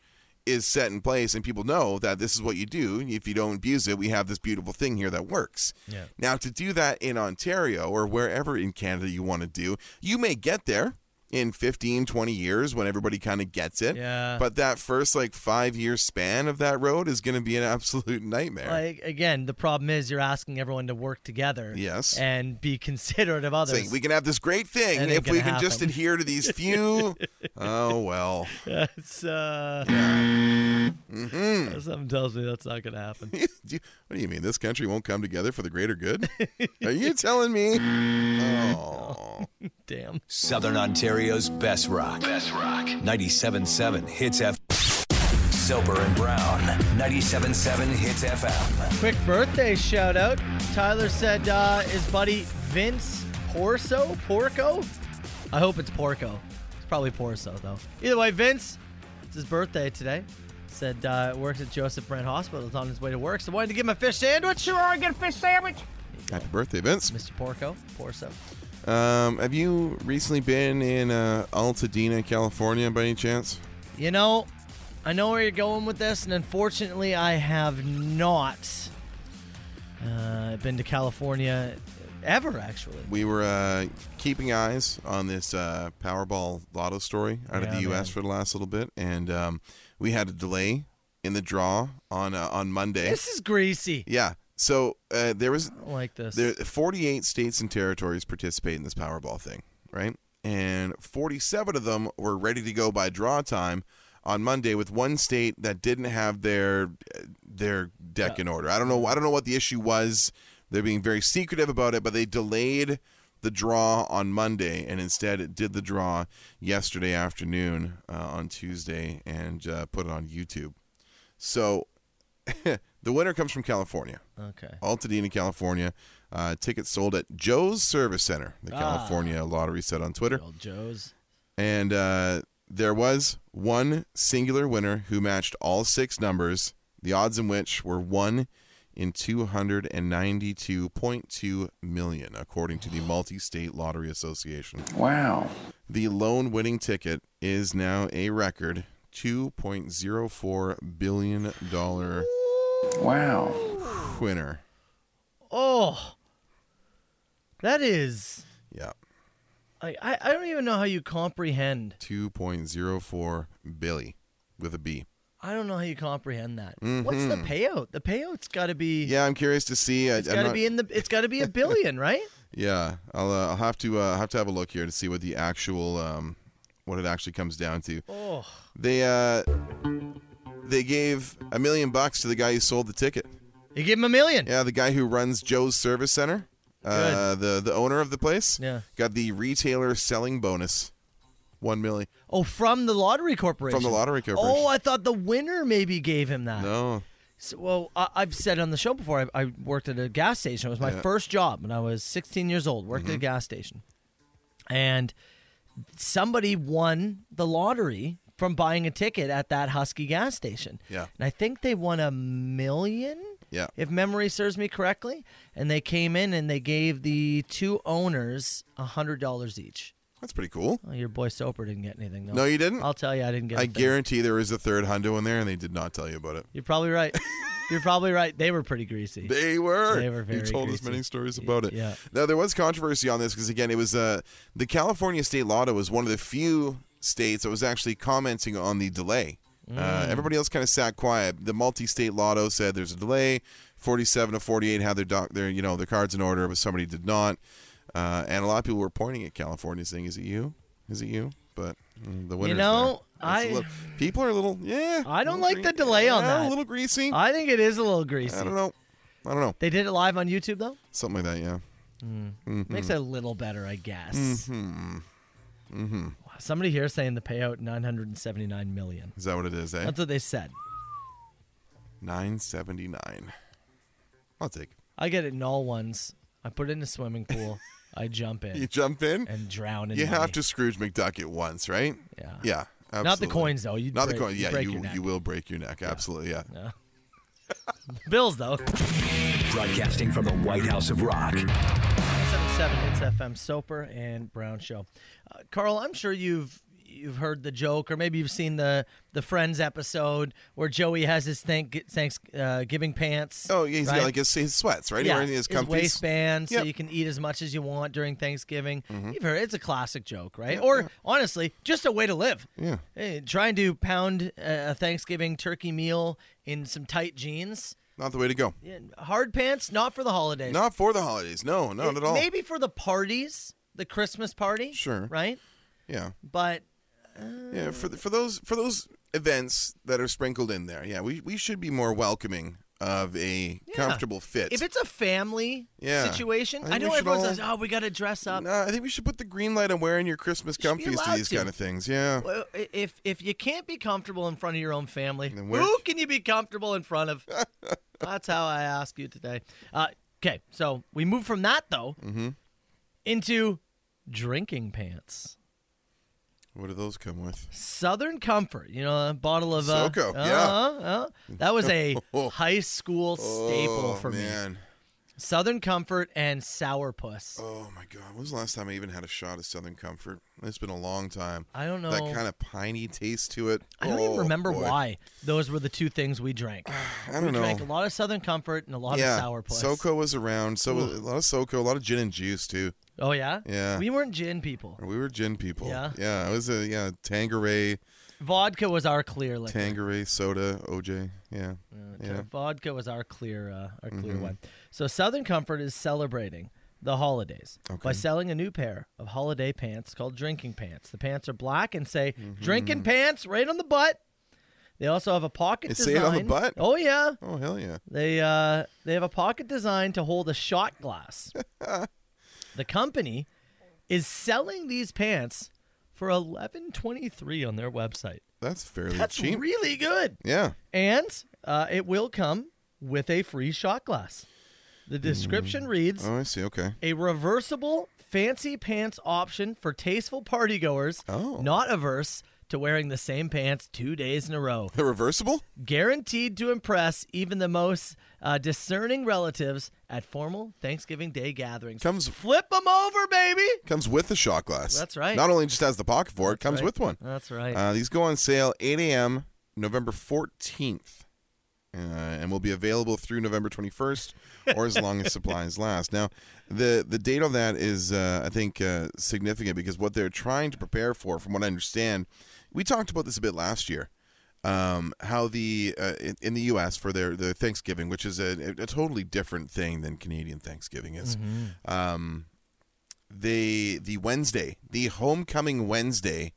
is set in place, and people know that this is what you do. If you don't abuse it, we have this beautiful thing here that works. Yeah. Now, to do that in Ontario or wherever in Canada you want to do, you may get there in 15, 20 years when everybody kind of gets it. Yeah. But that first like five year span of that road is going to be an absolute nightmare. Like again, the problem is you're asking everyone to work together. Yes. And be considerate of others. It's like, we can have this great thing That ain't if we gonna can just happen. adhere to these few. oh well, It's, uh, Hmm. Something tells me that's not going to happen. Do you- what do you mean this country won't come together for the greater good? Are you telling me? Oh, Damn. Southern Ontario's best rock. Best rock. 97.7 Hits F. Soper and Brown. 97.7 Hits FM. Quick birthday shout out. Tyler said uh, his buddy Vince Porso, Porco, I hope it's Porco. It's probably Porso, though. Either way, Vince, it's his birthday today. Said uh, works at Joseph Brand Hospital. Is on his way to work, so wanted to give him a fish sandwich. Sure, I get a fish sandwich. Happy birthday, Vince. Mr. Porco, Porso. Um, have you recently been in uh, Altadena, California, by any chance? You know, I know where you're going with this, and unfortunately, I have not uh, been to California ever. Actually, We were uh, keeping eyes on this uh, Powerball lotto story out of Yeah, the U.S. man. for the last little bit, and um, we had a delay in the draw on uh, on Monday. this is greasy. Yeah, so uh, there was I don't like this. there 48 states and territories participate in this Powerball thing, right? And 47 of them were ready to go by draw time on Monday, with one state that didn't have their their deck in order. I don't know. I don't know what the issue was. They're being very secretive about it, but they delayed the draw on Monday and instead it did the draw yesterday afternoon uh, on Tuesday and uh, put it on YouTube. So the winner comes from California. okay. Altadena, California. Uh, tickets sold at Joe's Service Center, the California lottery said on Twitter. Old Joe's. And uh, there was one singular winner who matched all six numbers, the odds in which were 1 in 292.2 million, according to the Multi State Lottery Association. Wow. The lone winning ticket is now a record $2.04 billion wow. winner. Oh, that is. Yeah. Like, I, I don't even know how you comprehend. 2.04 Billy with a B. I don't know how you comprehend that. What's the payout? The payout's got to be. Mm-hmm. Yeah, I'm curious to see. I, It's I'm got to not- be in the. It's got to be a billion, right? Yeah, I'll, uh, I'll have to uh, have to have a look here to see what the actual um, what it actually comes down to. Oh, They uh, they gave a million bucks to the guy who sold the ticket. you give him a million. Yeah, the guy who runs Joe's Service Center, uh, the the owner of the place. Yeah. got the retailer selling bonus, one million. Oh, from the lottery corporation. lottery corporation. Oh, I thought the winner maybe gave him that. No, So, well, I, I've said on the show before. I, I worked at a gas station. It was my first job when I was 16 years old. Worked at Mm-hmm. a gas station, and somebody won the lottery from buying a ticket at that Husky gas station. Yeah. and I think they won a million. Yeah. if memory serves me correctly, and they came in and they gave the two owners a hundred dollars each. that's pretty cool. Oh, your boy Soper didn't get anything though. No, you didn't? I'll tell you, I didn't get. I a thing. guarantee there is a third hundo in there, and they did not tell you about it. You're probably right. You're probably right. They were pretty greasy. They were. They were you very told us greasy. many stories about it. yeah. Now there was controversy on this because again, it was uh, the California state lotto was one of the few states that was actually commenting on the delay. Mm. Uh, everybody else kind of sat quiet. The multi-state lotto said there's a delay. Forty-seven to forty-eight had their doc, their you know their cards in order, but somebody did not. Uh, and a lot of people were pointing at California, saying, "Is it you? Is it you?ut mm, the winner. know, I- people are a little yeah. I don't a little like the delay on yeah, A that. little greasy. I think it is a little greasy. I don't know. I don't know. They did it live on YouTube though. Something like that, yeah. Mm-hmm. Makes it a little better, I guess. Mm-hmm. Mm-hmm. Wow, somebody here saying the payout 979 million. Is that what it is, eh? That's what they said. 979. I'll take it. I get it in all ones. I put it in a swimming pool. I jump in You jump in, and drown in you money. have to Scrooge McDuck it once, right? Yeah. Yeah. Absolutely. Not the coins though. You'd Not break, the coins. you'd Yeah, break you, your neck. you will break your neck. Absolutely, yeah. Bills though. Broadcasting from the White House of Rock. 77 hits FM Soper and Brown Show. Uh, Carl, I'm sure you've you've heard the joke, or maybe you've seen the the Friends episode where Joey has his thank Thanksgiving pants. Oh, yeah, he's right? got like his, his sweats, right? He's yeah, wearing his, his comfies. waistband, so Yep. Mm-hmm. you can eat as much as you want during Thanksgiving. You've heard it's a classic joke, right? or honestly, just a way to live. Yeah. Hey, trying to pound uh, a a Thanksgiving turkey meal in some tight jeans, Not the way to go. Yeah, hard pants, not for the holidays. Not for the holidays. No, not at all. Maybe for the parties, the Christmas party. Sure. Right? Yeah. But Yeah, for th- for those for those events that are sprinkled in there. Yeah, we, we should be more welcoming of a comfortable fit. if it's a family Yeah. situation, I I, think we know should everyone all- says, oh, we got to dress up. No, I think we should put the green light on wearing your Christmas should be comfies to allowed these to. kind of things. Yeah. Well, i- If if you can't be comfortable in front of your own family, Then where- who can you be comfortable in front of? That's how I Mm-hmm. ask you today. Uh, okay, so we move from that though into drinking pants. What do those come with? Southern Comfort, you know, a bottle of uh, SoCo, uh, yeah. uh, that was a high school staple oh, for me. man. Southern Comfort and Sourpuss. Oh my god, when was the last time I even had a shot of Southern Comfort? It's been a long time. I don't know. That kind of piney taste to it. I don't Oh, even remember boy. why those were the two things we drank. I don't we drank a know. lot of Southern Comfort and a lot yeah, of Sourpuss. SoCo was around. So a lot of SoCo, a lot of gin and juice too. Oh yeah, Yeah. We weren't gin people. We were gin people. Yeah. yeah. It was a yeah Tangeray, Vodka was our clear liquor. Tangeray soda, OJ. Yeah, So yeah. Mm-hmm. Vodka was our clear, uh, our clear one. So Southern Comfort is celebrating the holidays by selling a new pair of holiday pants called drinking pants. The pants are black and say Mm-hmm. "drinking pants" right on the butt. They also have a pocket It say design. it on the butt? Oh yeah, Oh hell yeah. they uh, they have a pocket design to hold a shot glass. the company is selling these pants for eleven twenty three on their website. That's fairly That's cheap. really good. yeah. And uh, it will come with a free shot glass. The description reads Oh, I see. Okay. a reversible fancy pants option for tasteful partygoers Oh. not averse to wearing the same pants two days in a row. The reversible? Guaranteed to impress even the most uh, discerning relatives at formal Thanksgiving Day gatherings. Comes Flip them over, baby. comes with a shot glass. That's right. Not only just has the pocket for it, comes right. with one. That's right. Uh, these go on sale 8 a.m. November 14th, uh, and will be available through November 21st, or as long as supplies last. Now, the the date on that is, uh, I think, uh, significant because what they're trying to prepare for, from what I understand, we talked about this a bit last year. Um, how the uh, in, in the U.S. for their, their Thanksgiving, which is a, a totally different thing than Canadian Thanksgiving is, um, they the Wednesday, the homecoming Wednesday,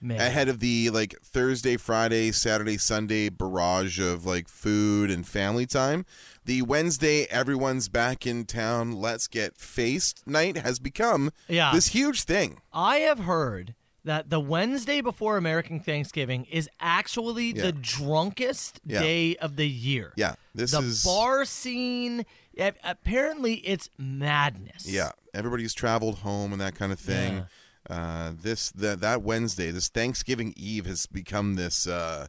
Man. ahead of the like Thursday, Friday, Saturday, Sunday barrage of like food and family time. The Wednesday, everyone's back in town, let's get faced night has become Yeah. this huge thing. I have heard that the Wednesday before American Thanksgiving is actually Yeah. the drunkest Yeah. day of the year. Yeah, this the is- bar scene. a- Apparently, it's madness. Yeah, everybody's traveled home and that kind of thing. Uh, this that that Wednesday, this Thanksgiving Eve has become this uh,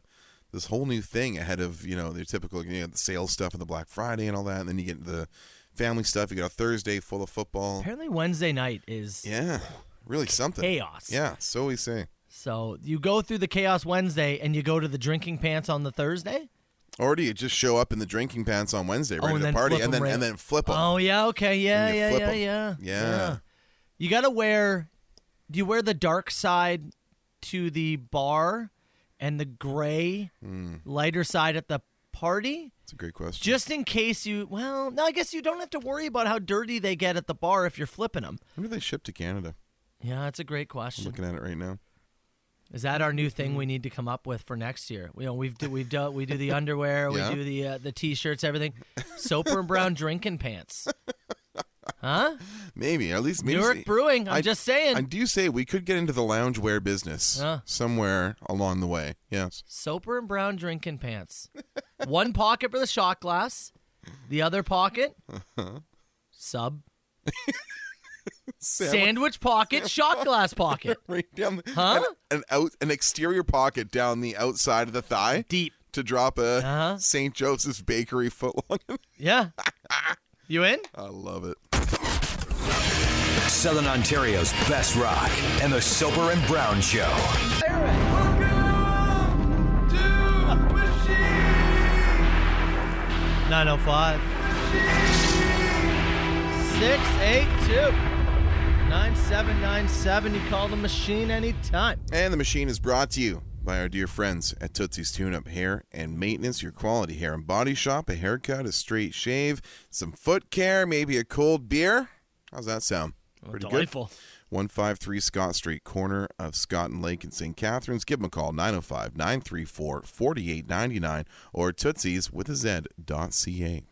this whole new thing ahead of you know their typical you know, the sales stuff and the Black Friday and all that, and then you get the family stuff. You got a Thursday full of football. Apparently, Wednesday night is Yeah, really something. chaos. Yeah, so we say. So you go through the chaos Wednesday, and you go to the drinking pants on the Thursday. Or do you just show up in the drinking pants on Wednesday, Oh, ready and to then party, flip and 'em then right- and then flip them? Oh yeah. Okay. Yeah. And you Yeah. flip Yeah, 'em. yeah. Yeah. You gotta wear. Do you wear the dark side to the bar, and the gray Hmm. lighter side at the party, that's a great question. just in case you? Well, no, I guess you don't have to worry about how dirty they get at the bar if you're flipping them. when do they ship to Canada? Yeah, that's a I'm great question. looking at Mm-hmm. it right now. Is that our new thing we need to come up with for next year? You know, we've do, we've done we do the underwear, Yeah. we do the uh, the t-shirts, everything. Soper and brown drinking pants, huh? Maybe at least maybe Newark Brewing. I'm I- just saying. I do say we could get into the loungewear business Yeah. somewhere along the way. Yes, Soper and brown drinking pants. One pocket for the shot glass, the other pocket sub sandwich pocket, shot glass pocket. right down the- Huh? an, an out an exterior pocket down the outside of the thigh Deep. to drop a Uh-huh. St. Joseph's Bakery footlong. Yeah. You in? I love it. Southern Ontario's best rock and the Soper and Brown Show. Nine oh five. Six eight two. Nine seven nine seven. You call the machine anytime. And the machine is brought to you by our dear friends at Tootsie's Tune Up Hair and Maintenance, your quality hair and body shop, a haircut, a straight shave, some foot care, maybe a cold beer. How's that sound? Delightful. 153 Scott Street, corner of Scott and Lake in St. Catharines. Give them a call, 905 934 4899 or Tootsie's with a Z dot ca.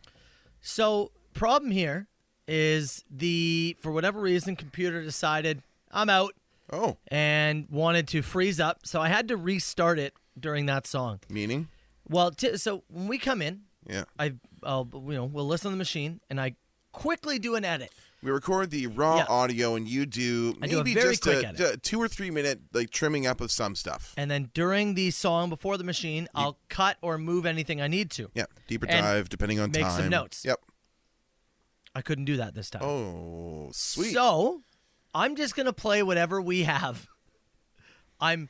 So problem here is the for whatever reason computer decided I'm out Oh, and wanted to freeze up, so I had to restart it during that song. meaning? Well, t- so when we come in, Yeah. I I'll, you know we'll listen to the machine and I quickly do an edit. We record the raw Yeah. audio, and you do I maybe do a very just quick a, edit. a two or three minute like trimming up of some stuff. And then during the song before the machine, I'll cut or move anything I need to. Yeah, deeper And dive depending on make time. some notes. Yep. I couldn't do that this time. Oh, sweet. So I'm just going to play whatever we have. I'm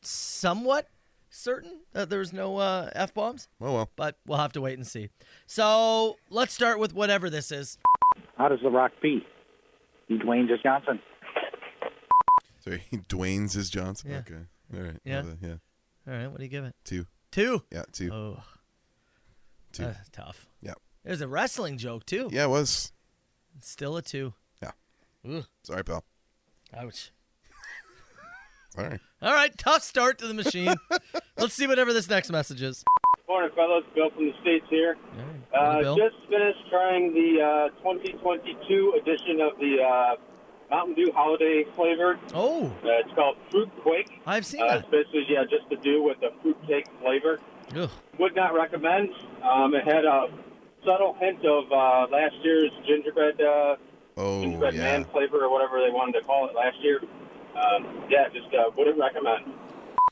somewhat certain that there's no uh, F bombs, oh well. but we'll have to wait and see. So let's start with whatever this is. How does The Rock pee? He Dwayne J. Johnson. So he Dwayne's is Johnson. Yeah. Okay. All right. Yeah. Another- Yeah. All right, what do you give it? Two. Two. Yeah. Two. Oh, uh, two. that's tough. Yeah. There's a wrestling joke, too. Yeah. It was. Still a two. Sorry, pal. Ouch. All right. All right, tough start to the machine. Let's see whatever this next message is. Morning, fellas. Bill from the States here. All right, Uh, Bill. just finished trying the uh, 2022 edition of the uh, Mountain Dew holiday flavored. oh, Uh, it's called Fruit Quake. I've seen Uh, it's that. basically, yeah, just to do with the fruitcake flavor. Ugh. Would not recommend. Um, it had a subtle hint of uh, last year's gingerbread uh, Oh gingerbread yeah. man flavor or whatever they wanted to call it last year. Um, yeah, just uh, wouldn't recommend.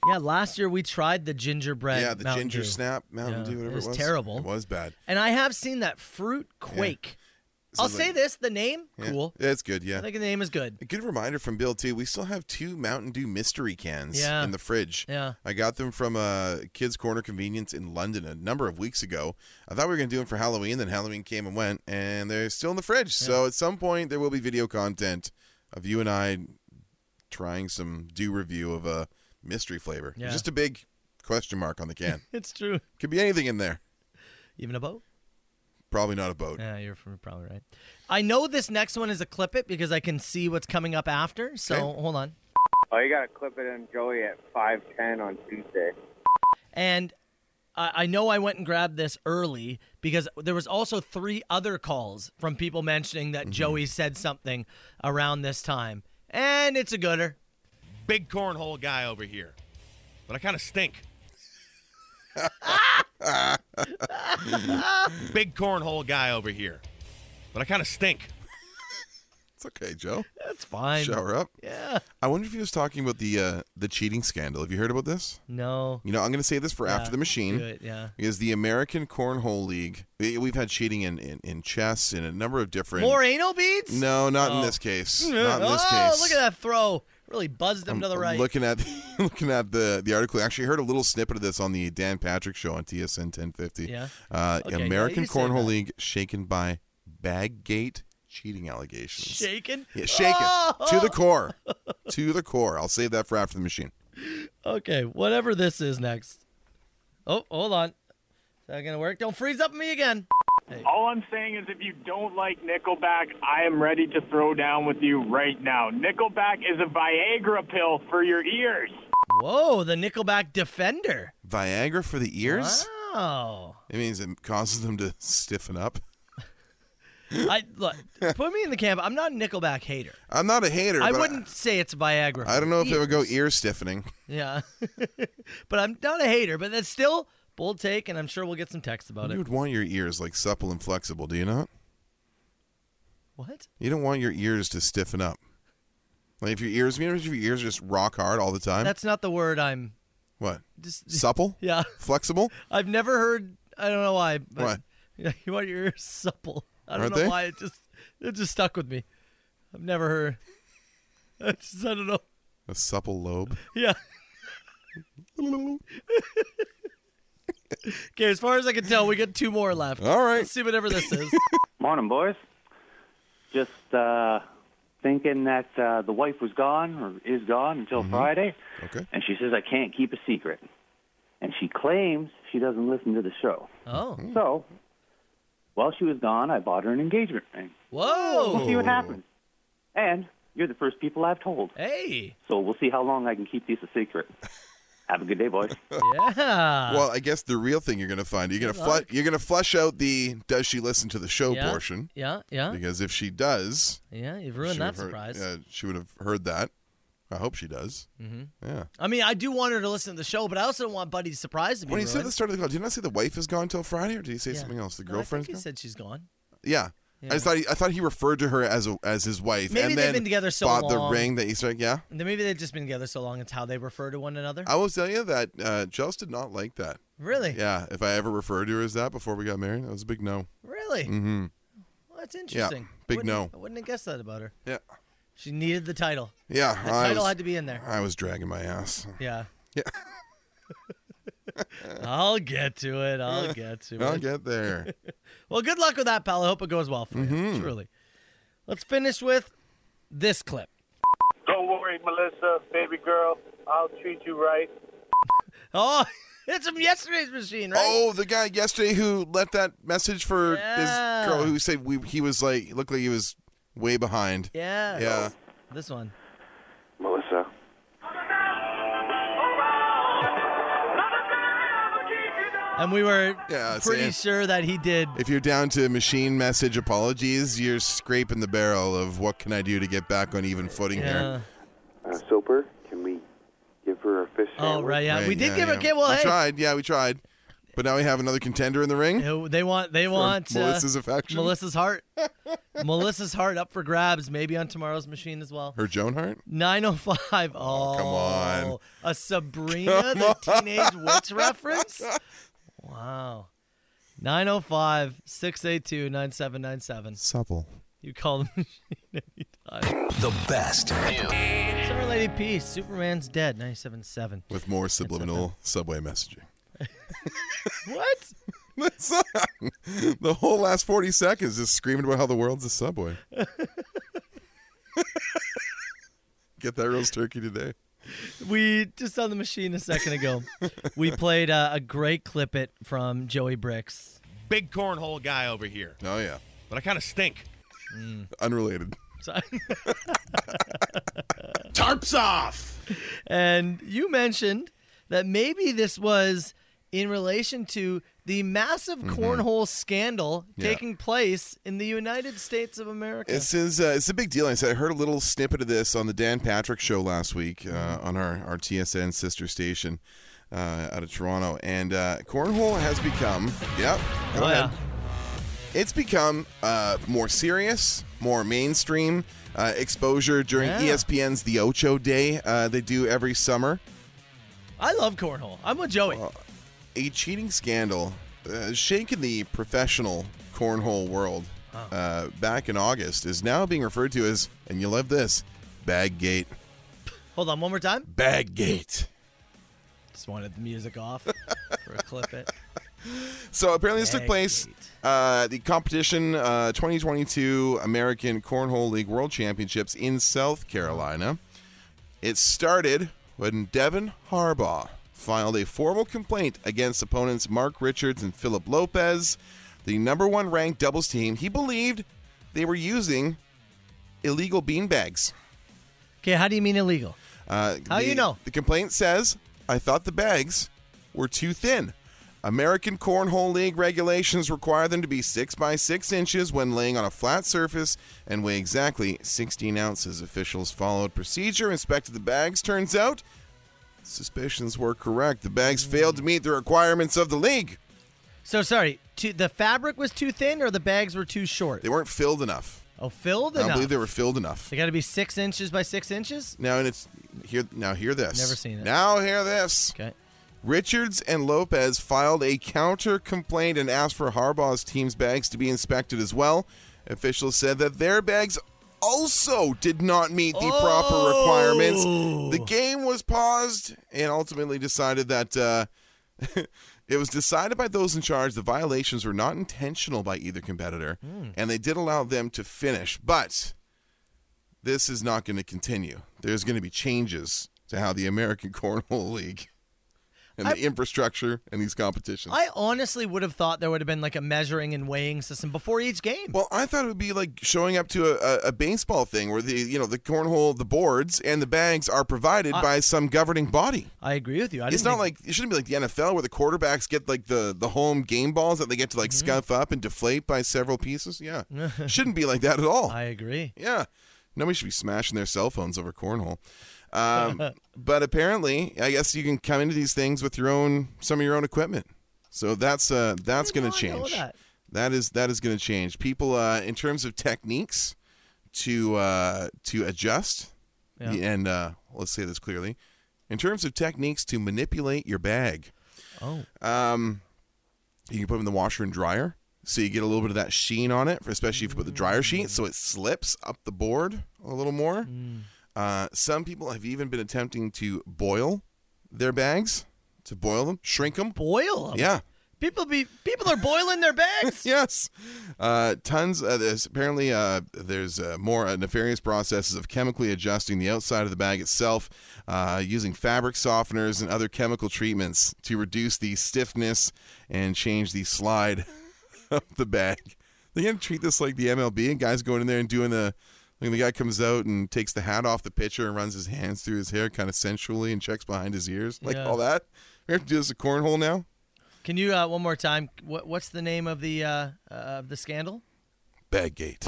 Yeah, last year we tried the gingerbread. Yeah. The Mountain ginger Dew. snap Mountain Yeah, Dew. Whatever it it was was. terrible. It was bad. And I have seen that fruit quake. I'll Sounds say like- this: the name, Yeah. cool. Yeah, it's good. Yeah. I think the name is good. A good reminder from Bill too. We still have two Mountain Dew mystery cans Yeah. in the fridge. Yeah. I got them from a kids' corner convenience in London a number of weeks ago. I thought we were going to do them for Halloween, then Halloween came and went, and they're still in the fridge. So at some point, there will be video content of you and I trying some do review of a mystery flavor. Yeah. Just a big question mark on the can. It's true. Could be anything in there. Even a boat. Probably not a boat. Yeah, you're from- probably right. I know this next one is a clip it because I can see what's coming up after. So Okay. hold on. Oh, you got to clip it in Joey at 5:10 on Tuesday. And I, I know I went and grabbed this early because there was also three other calls from people mentioning Mm-hmm. that Joey said something around this time, and it's a gooder. Big cornhole guy over here. But I kind of stink. Big cornhole guy over here. But I kind of stink. It's okay, Joe. That's fine. Shower up. Yeah. I wonder if he was talking about the uh, the cheating scandal. Have you heard about this? No. You know, I'm going to say this for Yeah, after the machine. do it, yeah. Because the American Cornhole League, we- we've had cheating in, in, in chess in a number of different. More anal beads? no, not Oh. in this case. Not in this oh, case. look at that throw. Really buzzed him I'm, to the I'm right. looking at looking at the the article. I actually heard a little snippet of this on the Dan Patrick show on TSN 1050. Yeah. Uh, Okay, yeah, American you said Cornhole that. League shaken by Baggate cheating allegations. Shaken? yeah, shaken Oh! to the core, to the core. I'll save that for after the machine. Okay, whatever this is next. Oh, hold on. Is that going to work? Don't freeze up on me again. All I'm saying is if you don't like Nickelback, I am ready to throw down with you right now. Nickelback is a Viagra pill for your ears. Whoa, the Nickelback Defender. Viagra for the ears. Oh. It means it causes them to stiffen up. I look, put me in the camp. I'm not a Nickelback hater. I'm not a hater. I but wouldn't say it's Viagra. I, don't know if it would go Ears. ear stiffening. Yeah. but I'm not a hater, but that's still bold take and I'm sure we'll get some texts about You it. would want your ears like supple and flexible, do you not? What? You don't want your ears to stiffen up. Like if your ears, you know, if your ears are just rock hard all the time. That's not the word I'm what just supple, Yeah. flexible. I've never heard. I don't know why. But What? Yeah, you want your ears supple. I don't Aren't know they? why. It just it just stuck with me. I've never heard. I, just, I don't know. A supple lobe. Yeah. Okay. As far as I can tell, we got two more left. All right. Let's see whatever this is. Morning, boys. Just uh, thinking that uh, the wife was gone or is gone until Friday, Okay. Uh, and she says I can't keep a secret, and she claims she doesn't listen to the show. Oh. So, while she was gone, I bought her an engagement ring. We'll Whoa. see what happens. And you're the first people I've told, Hey. so we'll see how long I can keep these a secret. Have a good day, boys. Yeah. well, I guess the real thing you're gonna find you're gonna fl- luck. you're gonna flush out the does she listen to the show yeah. portion Yeah. Yeah. because if she does, Yeah. You've she ruined would that have heard- surprise. yeah, she would have heard that. I hope she does. Mm-hmm. Yeah. I mean, I do want her to listen to the show, but I also don't want Buddy's surprise to be When he ruined. said at the start of the call, did you not say the wife is gone till Friday, or did he say Yeah. something else? The No, I think girlfriend's he gone. said she's gone. yeah. I just thought he, I thought he referred to her as a, as his wife. Maybe and they've then been together so bought long. the ring that Easter egg. Yeah, And then maybe they've just been together so long. It's how they refer to one another. I will tell you that uh, Jels did not like that. really? Oh, Yeah, if I ever referred to her as that before we got married, that was a big no. Really? Mm-hmm. Well, that's interesting. big Wouldn't- no. I wouldn't have guessed that about her. Yeah, She needed the title. yeah. The I title was, had to be in there. I was dragging my ass. Yeah. Yeah. I'll get to it. I'll get to I'll it. get there. Well, good luck with that, pal. I hope it goes well for Mm-hmm. you. Truly. Let's finish with this clip. Don't worry, Melissa, baby girl. I'll treat you right. Oh, it's from yesterday's machine, right? Oh, the guy yesterday who left that message for Yeah. this girl who said we, he was like looked like he was way behind. Yeah. Yeah. This one. Melissa. And we were Yeah, it's- pretty yeah. sure that he did. If you're down to machine message apologies, you're scraping the barrel of what can I do to get back on even footing Yeah. here. Uh, Soper, can we give her a fish Oh, right. Yeah. Right, we did yeah, give her. yeah. Okay, well, we hey. tried. Yeah, we tried. But now we have another contender in the ring. Uh, They want they want uh, Melissa's affection? Melissa's heart. Melissa's heart up for grabs, maybe on tomorrow's machine as well. Her Joan Hart. 905. Oh, come on. A Sabrina the Teenage Witch reference? Wow. 905 682 9797. Supple. You call the machine anytime. The best. Summer Lady Peace, Superman's Dead, 977. With more subliminal subway messaging. What? That's not- the whole last 40 seconds is screaming about how the world's a subway. Get that roast turkey today. We just on the machine a second ago. we played uh, a great clip it from Joey Bricks. Big cornhole guy over here, Oh, yeah. but I kind of stink. Unrelated. Tarps off. And you mentioned that maybe this was in relation to the massive cornhole scandal Mm-hmm. Yeah. taking place in the United States of America. This is uh, it's a big deal. I said I heard a little snippet of this on the Dan Patrick show last week uh, Mm-hmm. on our, our TSN sister station uh, out of Toronto, and uh, cornhole has become. Yep. Go Oh, yeah. ahead. It's become uh, more serious, more mainstream uh, exposure during E Yeah. ESPN's The Ocho Day uh, they do every summer. I love cornhole. I'm with Joey. a cheating scandal uh, shaking the professional cornhole world uh, back in August is now being referred to as, and you love this, Baggate. Hold on one more time. Baggate. Just wanted the music off for a clip it. So apparently this took place. Uh, the competition uh, 2022 American Cornhole League World Championships in South Carolina. It started when Devin Harbaugh filed a formal complaint against opponents Mark Richards and Philip Lopez, the number one ranked doubles team. He believed they were using illegal beanbags. Okay, how do you mean illegal? Uh, How the- you know? The complaint says, "I thought the bags were too thin." American Cornhole League regulations require them to be six by six inches when laying on a flat surface and weigh exactly 16 ounces. Officials followed procedure, inspected the bags. Turns out, suspicions were correct. The bags Hmm. failed to meet the requirements of the league. So sorry, too, the fabric was too thin or the bags were too short? They weren't filled enough. Oh, filled I don't enough. believe they were filled enough. They got to be six inches by six inches? Now, and it's here. Now, hear this. Never seen it. Now, hear this. Okay. Richards and Lopez filed a counter complaint and asked for Harbaugh's team's bags to be inspected as well. Officials said that their bags also did not meet the proper requirements. The game was paused and ultimately decided that uh, it was decided by those in charge the violations were not intentional by either competitor, Hmm. and they did allow them to finish. But this is not going to continue. There's going to be changes to how the American Cornhole League and the infrastructure and these competitions. I honestly would have thought there would have been like a measuring and weighing system before each game. well, I thought it would be like showing up to a, a, a baseball thing where the you know the cornhole, the boards, and the bags are provided I- by some governing body. I agree with you. I It's didn't not think- like it shouldn't be like the NFL where the quarterbacks get like the the home game balls that they get to like Mm-hmm. scuff up and deflate by several pieces. Yeah, shouldn't be like that at all. I agree. Yeah. Nobody should be smashing their cell phones over cornhole. Um, but apparently, I guess you can come into these things with your own some of your own equipment. So that's uh that's going to I didn't know change. that. That is that is going to change. People, uh, in terms of techniques to uh, to adjust, Yeah. and uh, let's say this clearly, in terms of techniques to manipulate your bag. Oh. Um, you can put them in the washer and dryer, so you get a little bit of that sheen on it, for- especially if you put the dryer sheet, so it slips up the board a little more. Uh, some people have even been attempting to boil their bags, to boil them, shrink them, boil 'em? Yeah, People be people are boiling their bags. yes, uh, tons. Uh, there's apparently uh, there's uh, more uh, nefarious processes of chemically adjusting the outside of the bag itself, uh, using fabric softeners and other chemical treatments to reduce the stiffness and change the slide of the bag. They're gonna treat this like the MLB and guys going in there and doing the. Like the guy comes out and takes the hat off the pitcher and runs his hands through his hair kind of sensually and checks behind his ears, like Yeah. all that. We have to do this at cornhole now. Can you uh, one more time? What, what's the name of the uh, uh, of the scandal? Baggate.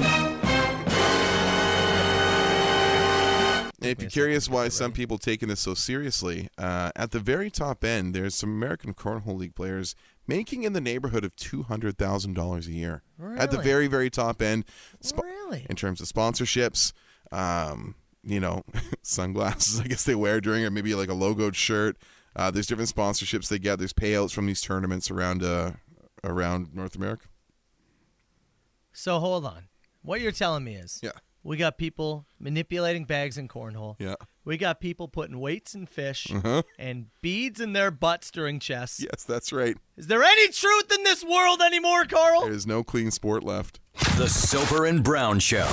If you're curious why some people taking this so seriously, uh, at the very top end, there's some American Cornhole League players making in the neighborhood of two hundred thousand dollars a year. At the Really? very, very top end, really, in terms of sponsorships, um, you know, sunglasses. I guess they wear during, or maybe like a logoed shirt. Uh, there's different sponsorships they get. There's payouts from these tournaments around uh, around North America. So hold on. What you're telling me is, yeah, we got people manipulating bags in cornhole. Yeah. we got people putting weights in fish Uh-huh. and beads in their butts during chess. Yes, that's right. Is there any truth in this world anymore, Carl? There's no clean sport left. The Soper and Brown Show.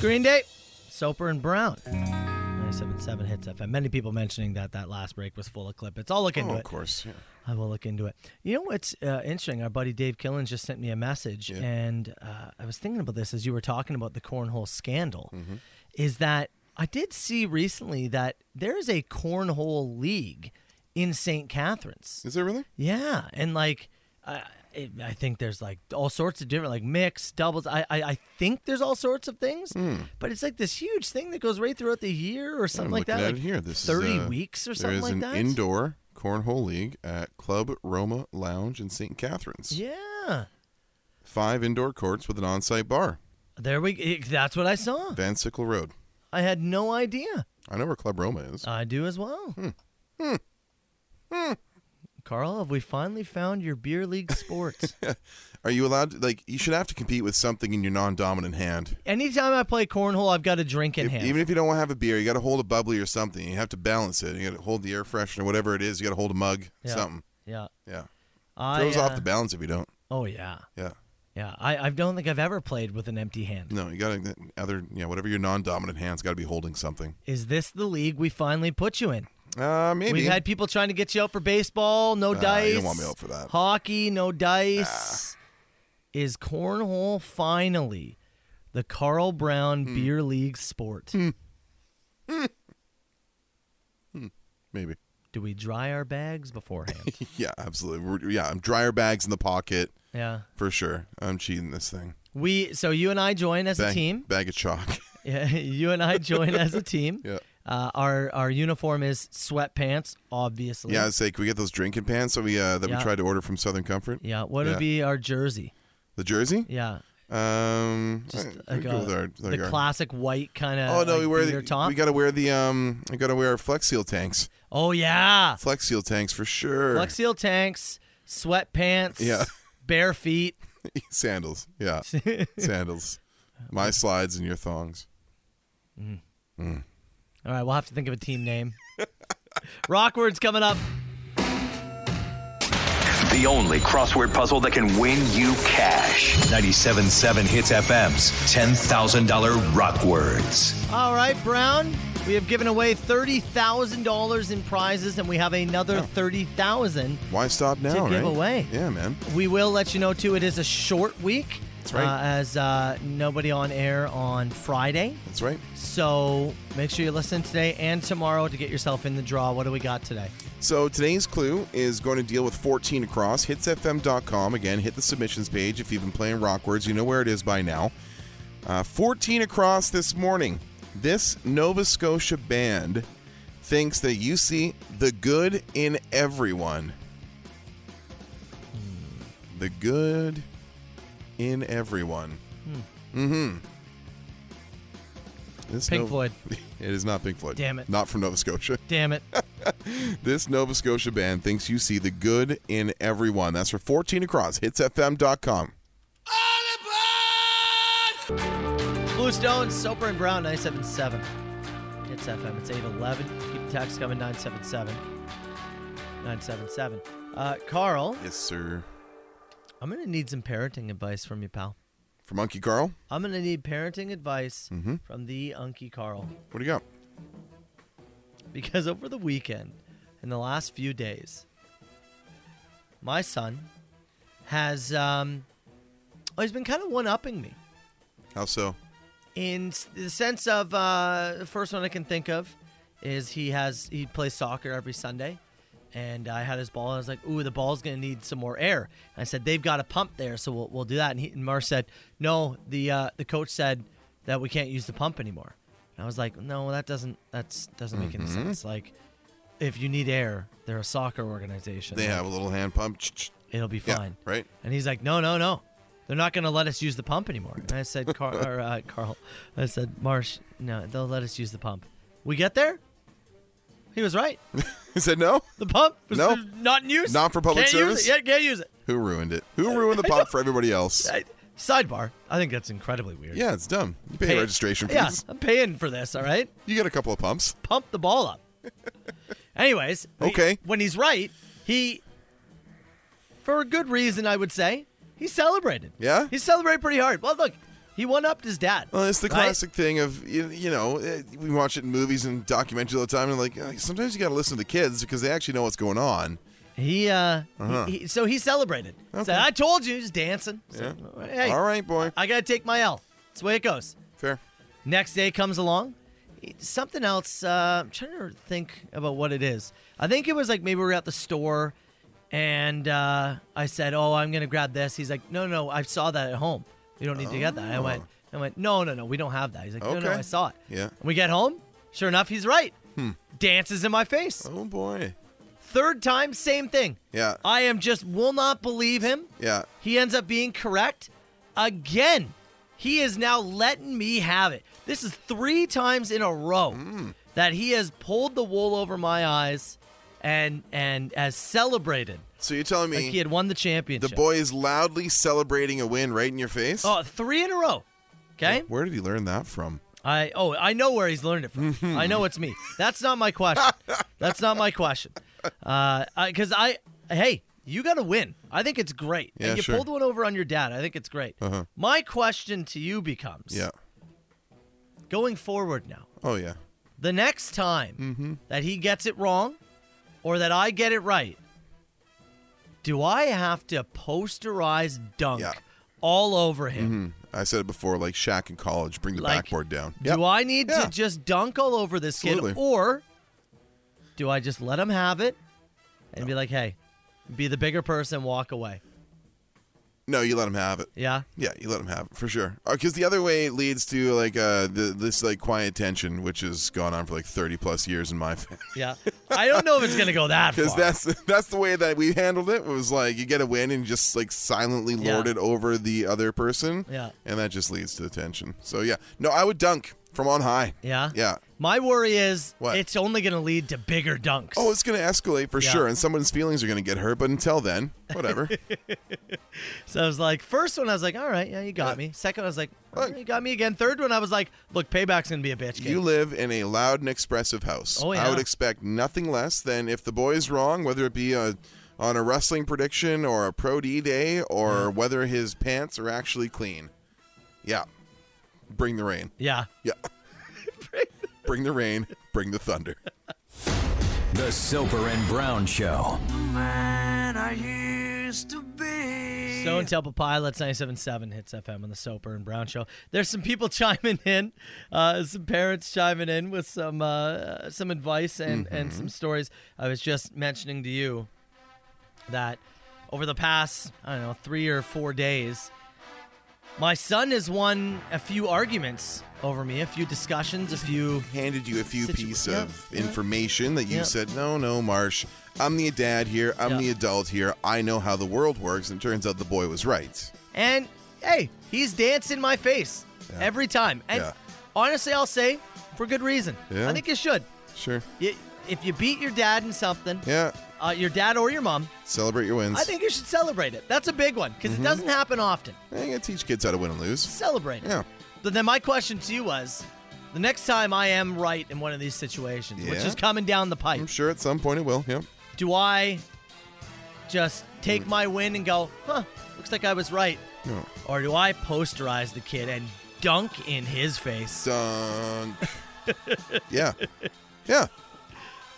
Green Day, Soper and Brown. 97.7 Hits FM. Many people mentioning that that last break was full of clippets. I'll look into Oh, it. of course, yeah. I will look into it. You know what's uh, interesting? Our buddy Dave Killen just sent me a message, and uh, I was thinking about this as you were talking about the cornhole scandal. Mm-hmm. Is that I did see recently that there is a cornhole league in St. Catharines. Is there really? Yeah, and like I, it, I think there's like all sorts of different like mix doubles. I I, I think there's all sorts of things, but it's like this huge thing that goes right throughout the year or something Hmm. I'm like that. looking at like it here. This is, thirty uh, weeks or something like There that. is an indoor cornhole league at Club Roma Lounge in St. Catharines. yeah, Five indoor courts with an on-site bar. there we. It, that's what I saw. Van Sickle Road. I had no idea. I know where Club Roma is. I do as well. Hmm. Carl, have we finally found your beer league sports? Are you allowed to, like, you should have to compete with something in your non-dominant hand. Anytime I play cornhole, I've got a drink in If- hand. Even if you don't want to have a beer, you got to hold a bubbly or something. You have to balance it. You got to hold the air freshener, whatever it is. You got to hold a mug, Yeah. something. Yeah. Yeah. I, Throws uh, off the balance if you don't. Oh yeah. Yeah. Yeah, I, I don't think I've ever played with an empty hand. No, you got to other, yeah, whatever your non-dominant hand's got to be holding something. Is this the league we finally put you in? Uh, maybe. We've had people trying to get you out for baseball, no Uh, you dice. don't want me out for that. Hockey, no dice. Is cornhole finally the Carl Brown Hmm. Beer League sport? Maybe. Do we dry our bags beforehand? Yeah, absolutely. We're, yeah, I'm dryer bags in the pocket. Yeah. for sure. I'm cheating this thing. we so you and I join as a Bag- team. Bag of chalk. Yeah, you and I join as a team. Yeah. Uh, our our uniform is sweatpants, obviously. yeah, I'd say, can we get those drinking pants that we uh, that Yeah. we tried to order from Southern Comfort? Yeah. What would be our jersey? the jersey? Yeah. Um, Just all right, we like go a- with our- the uh, like our- classic white kind of. Oh no, we wear the top. we gotta wear the um we gotta wear our Flex Seal tanks. Oh yeah, Flex Seal tanks for sure. Flex Seal tanks, sweatpants. Yeah. Bare feet. Sandals, yeah, sandals. My slides and your thongs. Mm. All right, we'll have to think of a team name. Rockwards coming up. The only crossword puzzle that can win you cash. 97.7 Hits FM's $10,000 Rock Words. All right, Brown. We have given away thirty thousand dollars in prizes, and we have Oh. another thirty thousand. Why stop now? To give right? away. Yeah, man. We will let you know too. It is a short week. That's right. Uh, as uh, nobody on air on Friday. That's right. So make sure you listen today and tomorrow to get yourself in the draw. What do we got today? So today's clue is going to deal with 14 across. Hitsfm.com. Again, hit the submissions page. If you've been playing Rock Words, you know where it is by now. Uh, 14 across this morning. This Nova Scotia band thinks that you see the good in everyone. The Hmm. good in everyone. Mm hmm. This Pink Floyd. It is not Pink Floyd. Damn it. Not from Nova Scotia. Damn it. This Nova Scotia band thinks you see the good in everyone. That's for 14 across. Hitsfm.com. Blue Stones, Soper and Brown, 977. It's FM. It's 811. Keep the text coming, 977. 977. Uh, Carl, Yes, sir. I'm going to need some parenting advice from you, pal. For Monkey Carl. I'm going to need parenting advice Mhm. from the Unky Carl. What do you got? Because over the weekend, in the last few days, my son has, um, oh, he's been kind of one upping me. How so? in s- the sense of uh, the first one I can think of is he has he plays soccer every Sunday, and I had his ball and I was like, "Ooh, the ball's gonna need some more air." And I said, "They've got a pump there, so we'll, we'll do that." And, he, and Mar said, "No, the uh, the coach said that we can't use the pump anymore." And I was like, "No, that doesn't that's doesn't make any Mhm. sense. Like, if you need air, they're a soccer organization. They Like, have a little hand pump. It'll be fine. right? And he's like, no, no, no. They're not going to let us use the pump anymore. And I said, Car- or, uh, Carl, I said, Marsh, no, they'll let us use the pump. We get there? He was right. He said no. The pump was No. not in use. Not for public Can't use service? it. Yeah, can't use it. Who ruined it? Who ruined the pop for everybody else? Sidebar. I think that's incredibly weird. Yeah, it's dumb. You pay, Pay- registration fees. Yeah, I'm paying for this, all right? You get a couple of pumps. Pump the ball up. Anyways, he- Okay. when he's right, he, for a good reason, I would say, he celebrated. Yeah? Oh, He celebrated pretty hard. Well, look, he one upped his dad. Well, it's the right? classic thing of you, you know eh, we watch it in movies and documentaries all the time, and like eh, sometimes you got to listen to the kids because they actually know what's going on. He, uh, Uh-huh. he, he- so he celebrated. Said, I told you, he's dancing. Yeah. So, hey, All right, boy. I got to take my L. That's the way it goes. Fair. Next day comes along. Something else. Uh, I'm trying to think about what it is. I think it was like maybe we were at the store and uh, I said, Oh, I'm going to grab this. He's like, No, no, I saw that at home. You don't need to get that. I Oh. went, I went, No, no, no, we don't have that. He's like, No, no, Okay. I saw it. Yeah. We get home. Sure enough, he's right. Hmm. Dances in my face. Oh, boy. Third time, same thing. Yeah. I am just will not believe him. Yeah. He ends up being correct again. He is now letting me have it. This is three times in a row Mm. that he has pulled the wool over my eyes and and has celebrated. So you're telling me like he had won the the championship. boy is loudly celebrating a win right in your face? Oh, three in a row. Okay? Where did he learn that from? I oh I know where he's learned it from. I know it's me. That's not my question. That's not my question. Because I, 'cause I hey you got to win. I think it's great. Yeah, and you sure. pulled one over on your dad. I think it's great. Uh-huh. My question to you becomes Yeah. going forward now. Oh yeah. The next time Mhm. that he gets it wrong, or that I get it right, do I have to posterize dunk all over him? hmm I said it before, like Shaq in college, bring the Like, backboard down. Do I need Yeah. to just dunk all over this kid, Absolutely. or do I just let him have it and be like, "Hey, be the bigger person, walk away"? No, you let him have it. Yeah. Yeah, you let him have it for sure. Because the other way leads to like uh, the, this like quiet tension, which has gone on for like thirty plus years in my family. Yeah. I don't know if it's gonna go that far. Because that's that's the way that we handled it. Was like you get a win and you just like silently Yeah. lord it over the other person. Yeah. and that just leads to the tension. So yeah, no, I would dunk from on high. yeah. Yeah. My worry is What? it's only gonna lead to bigger dunks. Oh, it's going to escalate for Yeah. sure, and someone's feelings are going to get hurt. But until then, whatever. So I was like, first one, I was like, all right, yeah, you got me. Second, I was like, "Oh, you got me again. Third one, I was like, look, payback's gonna be a bitch. Kid. you live in a loud and expressive house. Oh, I yeah. would expect nothing less than if the boy is wrong, whether it be a, on a wrestling prediction or a pro D day, or whether his pants are actually clean. Yeah, bring the rain. yeah. Yeah. bring the rain, bring the thunder. The Soper and Brown Show. Stone Temple Pilots 97.7 hits FM on the Soper and Brown Show. There's some people chiming in, uh, some parents chiming in with some uh, some advice and, and Mm-hmm. some stories. I was just mentioning to you that over the past, I don't know, three or four days, my son has won a few arguments over me, a few discussions, a few. Handed you a few Situ- piece yeah, of yeah. information that you Yeah. said, no, no, Marsh. I'm the dad here. I'm Yeah. the adult here. I know how the world works. And it turns out the boy was right. And hey, he's danced in my face every time. And Yeah. honestly, I'll say for good reason. Yeah. I think you should. Sure. You, if you beat your dad in something, Yeah. uh, your dad or your mom, Celebrate your wins. I think you should celebrate it. That's a big one because Mhm. it doesn't happen often. I think I teach kids how to win and lose. Celebrate it. Yeah. But then my question to you was the next time I am right in one of these situations, which Yeah. Mm-hmm. is coming down the pipe, I'm sure at some point it will. Yep. do I just take my win and go, huh, looks like I was right? Mm-hmm. No. Or do I posterize the kid and dunk in his face? Dunk. Yeah. Yeah.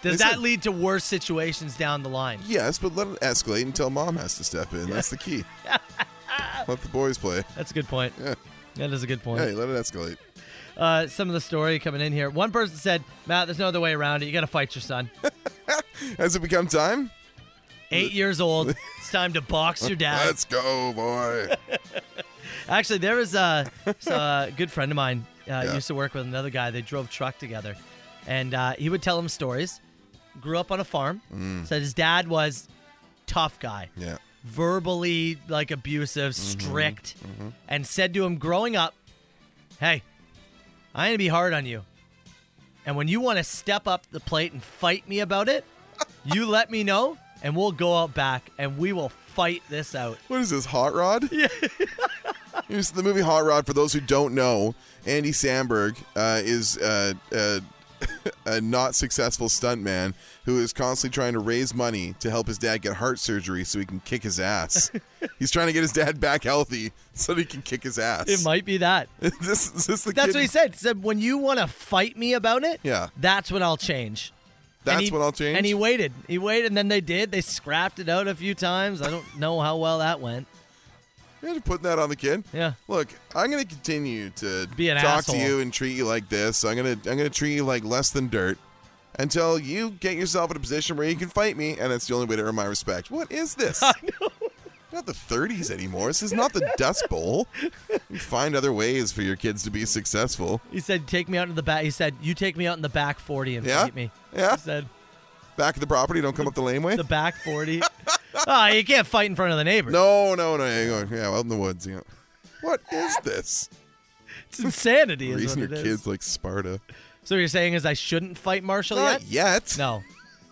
Does It's that a- lead to worse situations down the line? Yes, but let it escalate until mom has to step in. That's the key. let the boys play. That's a good point. Yeah. That is a good point. Hey, let it escalate. Uh, some of the story coming in here. One person said, Matt, there's no other way around it. You got to fight your son. Has it become time? Eight years old. It's time to box your dad. Let's go, boy. Actually, there was a, a good friend of mine uh, used to work with another guy. They drove truck together, and uh, he would tell him stories. Grew up on a farm. Mm. Said his dad was tough guy, Yeah. verbally like abusive, strict, and said to him growing up, "Hey, I'm gonna be hard on you, and when you want to step up the plate and fight me about it, you let me know, and we'll go out back and we will fight this out." What is this, Hot Rod? Yeah. it was the movie Hot Rod. For those who don't know, Andy Samberg uh, is uh, uh, a not successful stuntman who is constantly trying to raise money to help his dad get heart surgery so he can kick his ass. He's trying to get his dad back healthy so that he can kick his ass. It might be that. this, is this the That's kid- what he said. He said, when you want to fight me about it, Yeah. that's when I'll change. And That's he- what I'll change? And he waited. He waited, and then they did. They scrapped it out a few times. I don't know how well that went. Yeah, just putting that on the kid. Yeah. Look, I'm gonna continue to Be an talk asshole. to you and treat you like this. I'm gonna I'm gonna treat you like less than dirt until you get yourself in a position where you can fight me, and that's the only way to earn my respect. What is this? I know. Not the 30s anymore. This is not the Dust Bowl. You find other ways for your kids to be successful. He said, take me out in the back. He said, you take me out in the back 40 and Yeah? fight me. Yeah. He said, Back of the property, don't come up the laneway. the back 40. Ah, you can't fight in front of the neighbor. No, no, no. Yeah, yeah, out in the woods. Yeah. What is this? It's insanity. is Raising what your it is. kids like Sparta. So what you're saying is I shouldn't fight Marshall Not yet? yet. No.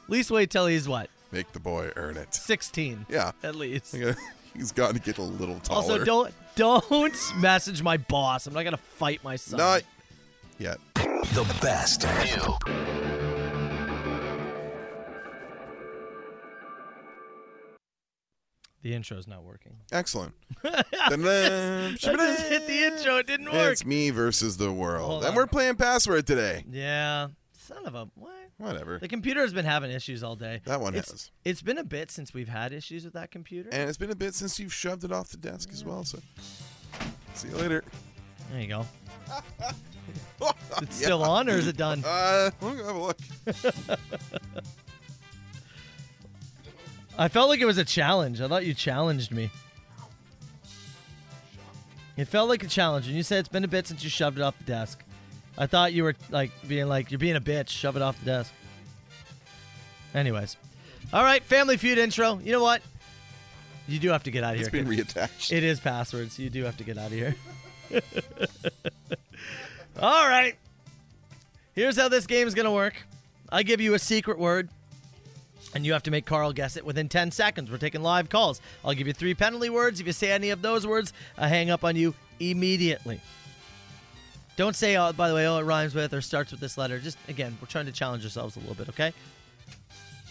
At least wait till he's what? Make the boy earn it. 16. Yeah. At least. uh, He's got to get a little taller. Also, don't don't message my boss. I'm not gonna fight my son. Not yet. The best. The intro's not working. Excellent. Da-da-da. I just hit the intro. It didn't work. it's me versus the world. Hold and on. we're playing password today. Yeah. Son of a what? Whatever. The computer has been having issues all day. That one it's, has. It's been a bit since we've had issues with that computer. And it's been a bit since you've shoved it off the desk as well. So see you later. There you go. It's still on or is it done? Uh, let me have a look. I felt like it was a challenge. I thought you challenged me. It felt like a challenge. When you said it's been a bit since you shoved it off the desk, I thought you were like being like, you're being a bitch, shove it off the desk. Anyways. All right, Family Feud intro. You know what? You do have to get out of It's here. been reattached. It is passwords. You do have to get out of here. All right. Here's how this game is going to work I give you a secret word, and you have to make Carl guess it within 10 seconds. We're taking live calls. I'll give you three penalty words. If you say any of those words, I hang up on you immediately. Don't say, oh, by the way, oh, it rhymes with or starts with this letter. Just, again, we're trying to challenge ourselves a little bit, okay?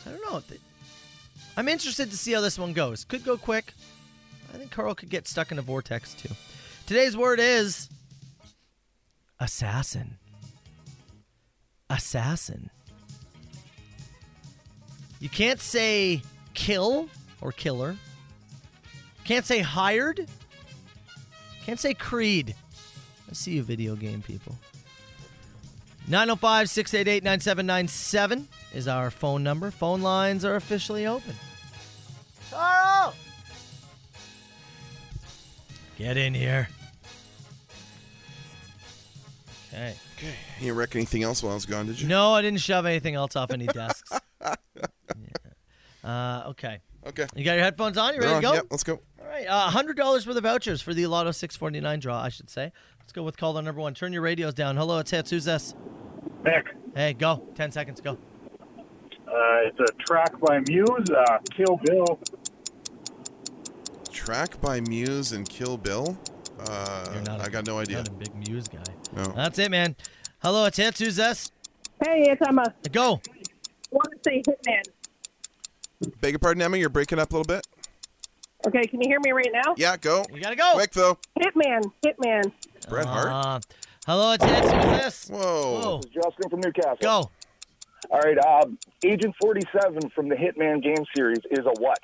I don't know. I'm interested to see how this one goes. Could go quick. I think Carl could get stuck in a vortex too. Today's word is assassin. Assassin. You can't say kill or killer. Can't say hired. Can't say creed. I see you, video game people. 905 688 9797 is our phone number. Phone lines are officially open. Carl! Get in here. Okay. Okay. You didn't wreck anything else while I was gone, did you? No, I didn't shove anything else off any desks. yeah. uh, okay. Okay. You got your headphones on? You They're ready to on. go? Yep, let's go. All right, uh, hundred dollars worth of vouchers for the Lotto 649 draw, I should say. Let's go with caller number one. Turn your radios down. Hello, it's Hits. Who's this? Nick. Hey, go. Ten seconds. Go. Uh, it's a track by Muse, uh, Kill Bill. Track by Muse and Kill Bill. Uh, I got no idea. not a big Muse guy. No. That's it, man. Hello, it's Hits. Who's this? Hey, it's Emma. Go. Want to say Hitman? Beg your pardon, Emma. You're breaking up a little bit. Okay, can you hear me right now? Yeah, go. You gotta go. Uh, Quick though. Hitman, Hitman. Bret Hart. hello, it's Hits. Who's this? Whoa. This is Justin from Newcastle. Go. All right. Uh, Agent 47 from the Hitman game series is a what?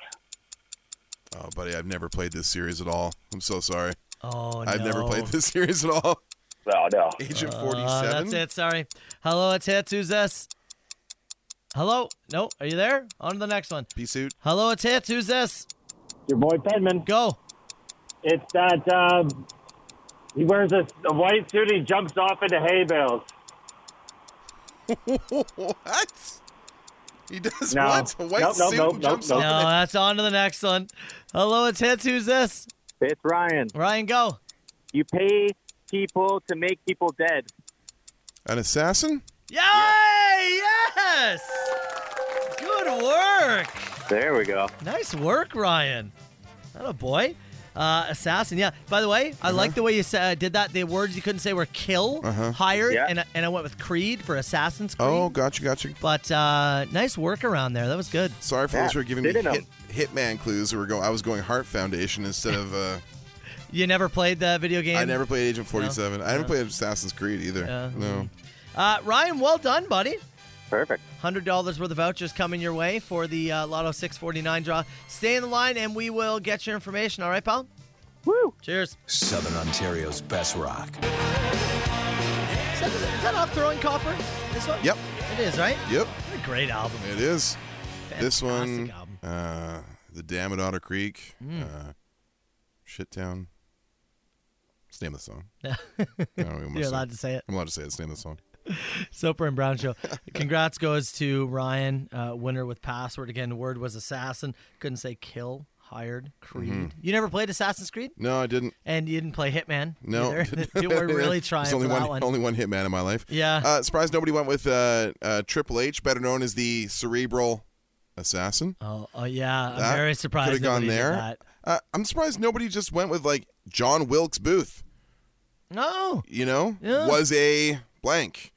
Oh, buddy, I've never played this series at all. I'm so sorry. Oh, I've never no. played this series at all. No, no. Agent Uh, 47. That's it. Sorry. Hello, it's Hits. Who's this? Hello. No. Are you there? On to the next one. Pea suit. Hello, it's Hits. Who's this? Your boy Pedman. Go. It's that um, he wears a, a white suit. He jumps off into hay bales. what? He does No. what? A white Nope, nope, suit nope, nope, and jumps nope. off No, in it. that's on to the next one. Hello, it's Hits. Who's this? It's Ryan. Ryan, go. You pay people to make people dead. An assassin? Yay! Yes! Good work. There we go. Nice work, Ryan. That a boy. Uh, assassin. Yeah. By the way, I like the way you sa- did that. The words you couldn't say were kill, Uh-huh. hired, Yeah. and, I- and I went with Creed for Assassin's Creed. Oh, gotcha, gotcha. But uh, nice work around there. That was good. Sorry for those who are giving me hit, hitman clues. That were going. I was going Heart Foundation instead of. Uh, You never played the video game? I never played Agent 47. I haven't No. played Assassin's Creed either. No. Uh, Ryan, well done, buddy. Perfect. Hundred dollars worth of vouchers coming your way for the uh, Lotto 649 draw. Stay in the line, and we will get your information. All right, pal. Woo! Cheers. Southern Ontario's best rock. Is that, is that off throwing copper? This one? Yep. It is, right? Yep. What a great album. It is. this one, Uh, the Dam at Otter Creek, Hmm. uh, Shit Town. It's the name of the song. Yeah. I don't even wanna You're say allowed to say it. I'm allowed to say it. It's the name of the song. Soper and Brown Show. Congrats goes to Ryan, uh, winner with password. Again, word was assassin. Couldn't say kill, hired, creed. Mhm. You never played Assassin's Creed? No, I didn't. And you didn't play Hitman? No, either? you were really trying There's only for one, that one. Only one hitman in my life. Yeah. Uh, surprised nobody went with uh, uh, Triple H, better known as the Cerebral Assassin. Oh, oh yeah. I'm That very surprised. Could have gone nobody did there. that. Uh, I'm surprised nobody just went with like John Wilkes Booth. No. You know, Yeah. was a blank.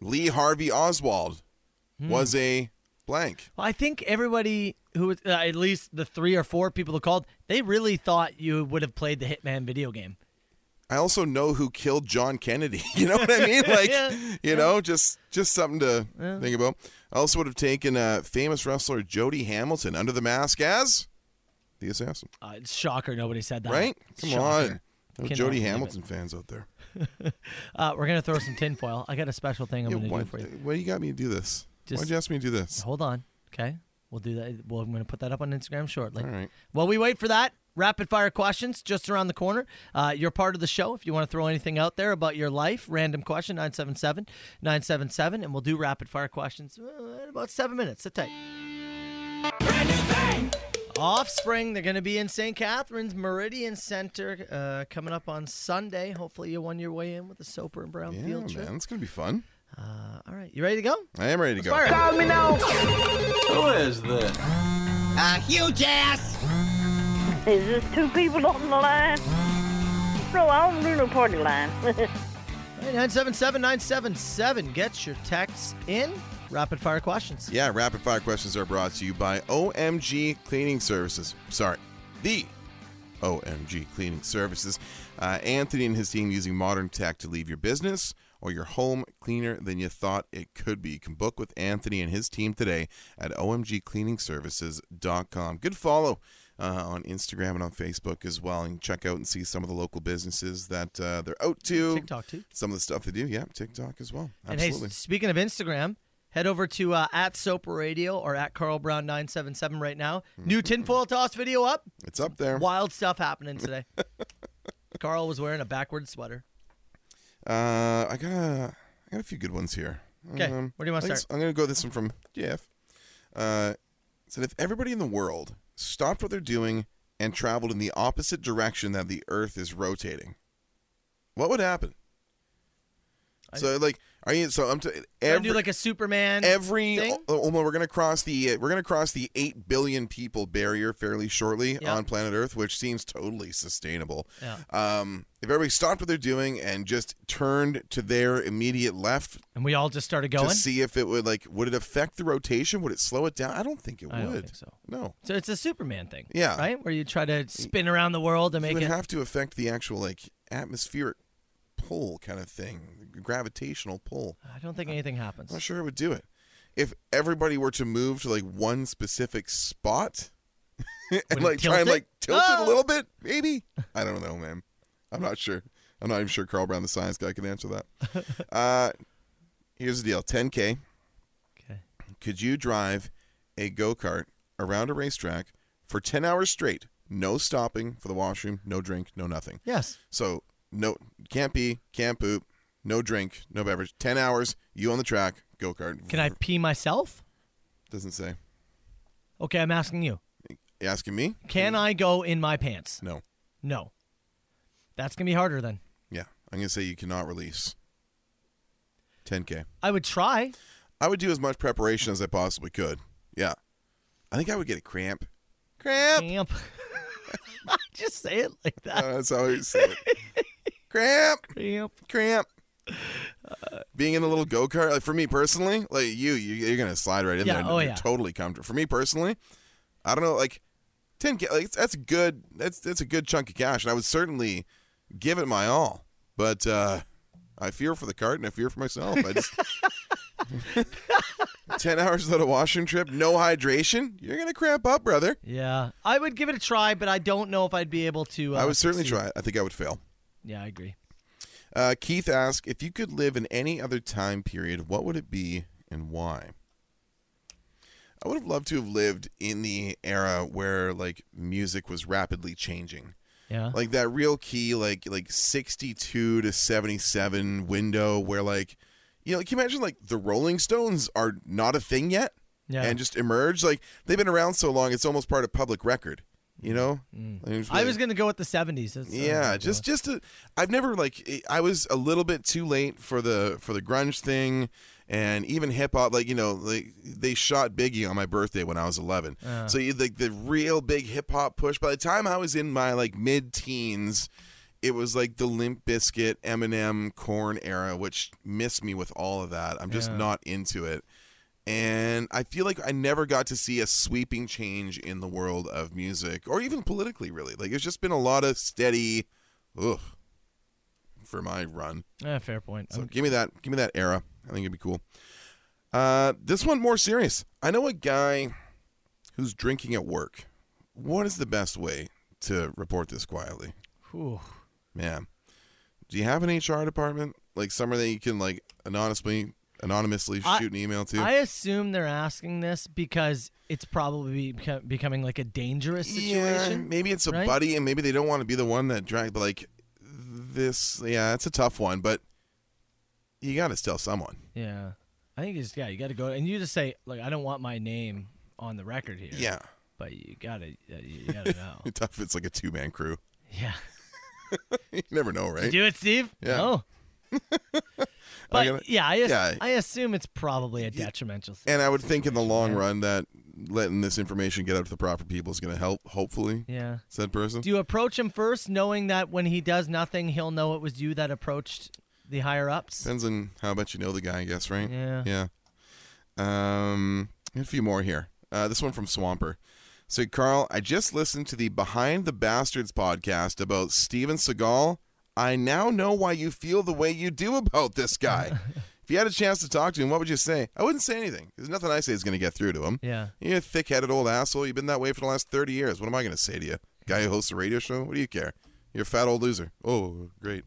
Lee Harvey Oswald Hmm. was a blank. Well, I think everybody who was, uh, at least the three or four people who called, they really thought you would have played the Hitman video game. I also know who killed John Kennedy. You know what I mean? Like, Yeah, you know, just just something to Yeah. think about. I also would have taken uh, famous wrestler Jody Hamilton under the mask as the assassin. Uh, it's shocker nobody said that. Right? Come Shocker. on. No Cannot Jody believe it. Hamilton fans out there. Uh, we're gonna throw some tinfoil. I got a special thing I'm Yeah, gonna why, do for you. why you got me to do this? Why'd Just- you ask me to do this? Hold on. Okay. We'll do that. Well, I'm going to put that up on Instagram shortly. All right. While we wait for that, rapid fire questions just around the corner. Uh, you're part of the show. If you want to throw anything out there about your life, random question 977 977, and we'll do rapid fire questions uh, in about seven minutes. Sit tight. Offspring, they're going to be in St. Catharines Meridian Center uh, coming up on Sunday. Hopefully, you won your way in with a Soper and Brown Yeah, field trip. man. It's going to be fun. Uh, all right, you ready to go? I am ready to go. Let's fire it. Call me now. Who is this? A huge ass! Is this two people on the line? No, I don't do no party line. Hey, 977 977. Get your texts in. Rapid fire questions. Yeah, rapid fire questions are brought to you by OMG Cleaning Services. Sorry, the OMG Cleaning Services. Uh, Anthony and his team using modern tech to leave your business or your home cleaner than you thought it could be. You can book with Anthony and his team today at omgcleaningservices.com. Good follow. Uh, on Instagram and on Facebook as well, and check out and see some of the local businesses that uh, they're out to. TikTok too. Some of the stuff they do, yeah, TikTok as well. And hey, Absolutely. s- speaking of Instagram, head over to uh, at Soper Radio or at Carl Brown 977 right now. Mm-hmm. New tinfoil toss video up. It's up there. Wild stuff happening today. Carl was wearing a backwards sweater. Uh, I got a, I got a few good ones here. Um, 'Kay, where do you wanna I think start? it's- I'm gonna go with this one from Jeff. Uh, it said if everybody in the world stopped what they're doing and traveled in the opposite direction that the Earth is rotating, what would happen? so like, are you? So I'm. T- Every, every do like a Superman. every thing? oh, Omar, we're gonna cross the uh, we're gonna cross the eight billion people barrier fairly shortly Yeah. on planet Earth, which seems totally sustainable. Yeah. Um, if everybody stopped what they're doing and just turned to their immediate left and we all just started going. to see if it would like would it affect the rotation? Would it slow it down? I don't think it I don't would. think so. No. So it's a Superman thing. Yeah. Right? Where you try to spin around the world to it make would it. have to affect the actual like atmospheric pull kind of thing, gravitational pull. I don't think anything happens. I'm not sure it would do it. If everybody were to move to like one specific spot Would and it like try tilt and it? like tilt it Oh! a little bit, maybe. I don't know, man. I'm not sure. I'm not even sure Carl Brown, the science guy, can answer that. uh, here's the deal 10K. Okay. Could you drive a go kart around a racetrack for 10 hours straight? No stopping for the washroom, no drink, no nothing. Yes. So no can't pee, can't poop, no drink, no beverage. Ten hours, you on the track, go kart. Can I pee myself? Doesn't say. Okay, I'm asking you. You asking me? Can I go in my pants? No. No. That's going to be harder then. Yeah, I'm gonna say you cannot release. 10k. I would try. I would do as much preparation as I possibly could. Yeah, I think I would get a cramp. Cramp. Just say it like that. Uh, that's how I say it. cramp. Cramp. Cramp. Being in a little go kart, like for me personally, like you, you you're gonna slide right in Yeah, there. and oh you're yeah. Totally comfortable. For me personally, I don't know, like 10k, like that's a good, that's that's a good chunk of cash, and I would certainly give it my all. But uh I fear for the cart, and I fear for myself. I just. 10 hours without a washroom trip, no hydration, you're going to cramp up, brother. Yeah. I would give it a try, but I don't know if I'd be able to. Uh, I would certainly succeed. try it. I think I would fail. Yeah, I agree. Uh, Keith asked if you could live in any other time period, what would it be and why? I would have loved to have lived in the era where like music was rapidly changing. Yeah. Like that real key like like 62 to 77 window where like you know, can you imagine like the Rolling Stones are not a thing yet? Yeah. And just emerge like they've been around so long it's almost part of public record, you know? I mean, it's Mm. I really- was going to go with the 70s. That's, uh, yeah just just a, i've never like I- i was a little bit too late for the for the grunge thing and even hip hop like you know like they shot biggie on my birthday when i was 11 Uh. so you like the real big hip hop push by the time i was in my like mid teens it was like the limp biscuit eminem corn era which missed me with all of that i'm just Yeah. not into it and I feel like I never got to see a sweeping change in the world of music or even politically, really. Like, it's just been a lot of steady, ugh, for my run. Yeah, Eh, fair point. So I'm- give me that, give me that era. I think it'd be cool. Uh, this one more serious. I know a guy who's drinking at work. What is the best way to report this quietly? Whew. Man, do you have an HR department? Like somewhere that you can like anonymously, anonymously I- shoot an email to? I assume they're asking this because it's probably beco- becoming like a dangerous situation. Yeah, maybe it's a right? buddy, and maybe they don't want to be the one that drank. But like this, yeah, it's a tough one. But you got to tell someone. Yeah, I think it's yeah. You got to go and you just say, "Look, I don't want my name on the record here." Yeah, but you gotta, uh, you gotta know. tough. if It's like a two man crew. Yeah. you never know, You right? do it, Steve. Yeah. No. but gotta- yeah, I as- yeah. I assume it's probably a detrimental. thing. And I would think in the long run that letting this information get out to the proper people is going to help. Hopefully, Yeah. said person. Do you approach him first, knowing that when he does nothing, he'll know it was you that approached the higher ups? Depends on how much you know the guy, I guess, right? Yeah. Yeah. Um, a few more here. Uh, this one from Swamper. So, Carl, I just listened to the Behind the Bastards podcast about Steven Seagal. I now know why you feel the way you do about this guy. if you had a chance to talk to him, what would you say? I wouldn't say anything. There's nothing I say is going to get through to him. Yeah. You're a thick headed old asshole. You've been that way for the last 30 years. What am I going to say to you? Guy who hosts a radio show? What do you care? You're a fat old loser. Oh, great.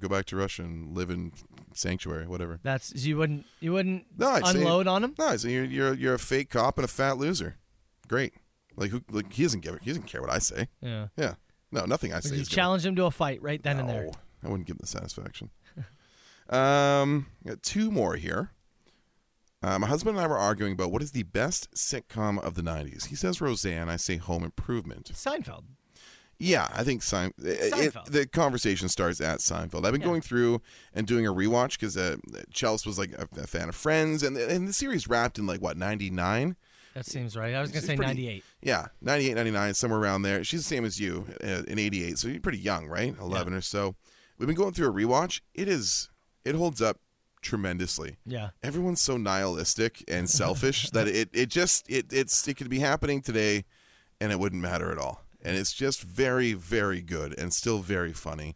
Go back to Russia and live in sanctuary, whatever. That's you wouldn't you wouldn't No, I'd say- unload on him. No, so you're, you're you're a fake cop and a fat loser. Great. Like who? Like he doesn't give. He doesn't care what I say. Yeah. Yeah. No, nothing I Would say. you Is gonna, challenge him to a fight right then and there? I wouldn't give him the satisfaction. um, got two more here. Uh, my husband and I were arguing about what is the best sitcom of the 90s. He says Roseanne. I say Home Improvement. Seinfeld. Yeah, I think Sein- uh, it- it- Seinfeld. the conversation starts at Seinfeld. I've been going through and doing a rewatch because uh, Chelsea was like a, a fan of Friends, and, and the series wrapped in like, what, 99? That seems right. I was going to She's say pretty- 98. Yeah, 98, 99, somewhere around there. She's the same as you uh, in 88, so you're pretty young, right? 11 or so. We've been going through a rewatch. It is, it holds up tremendously. Yeah. Everyone's so nihilistic and selfish that it, it just, it, it's, it could be happening today and it wouldn't matter at all. And it's just very, very good and still very funny.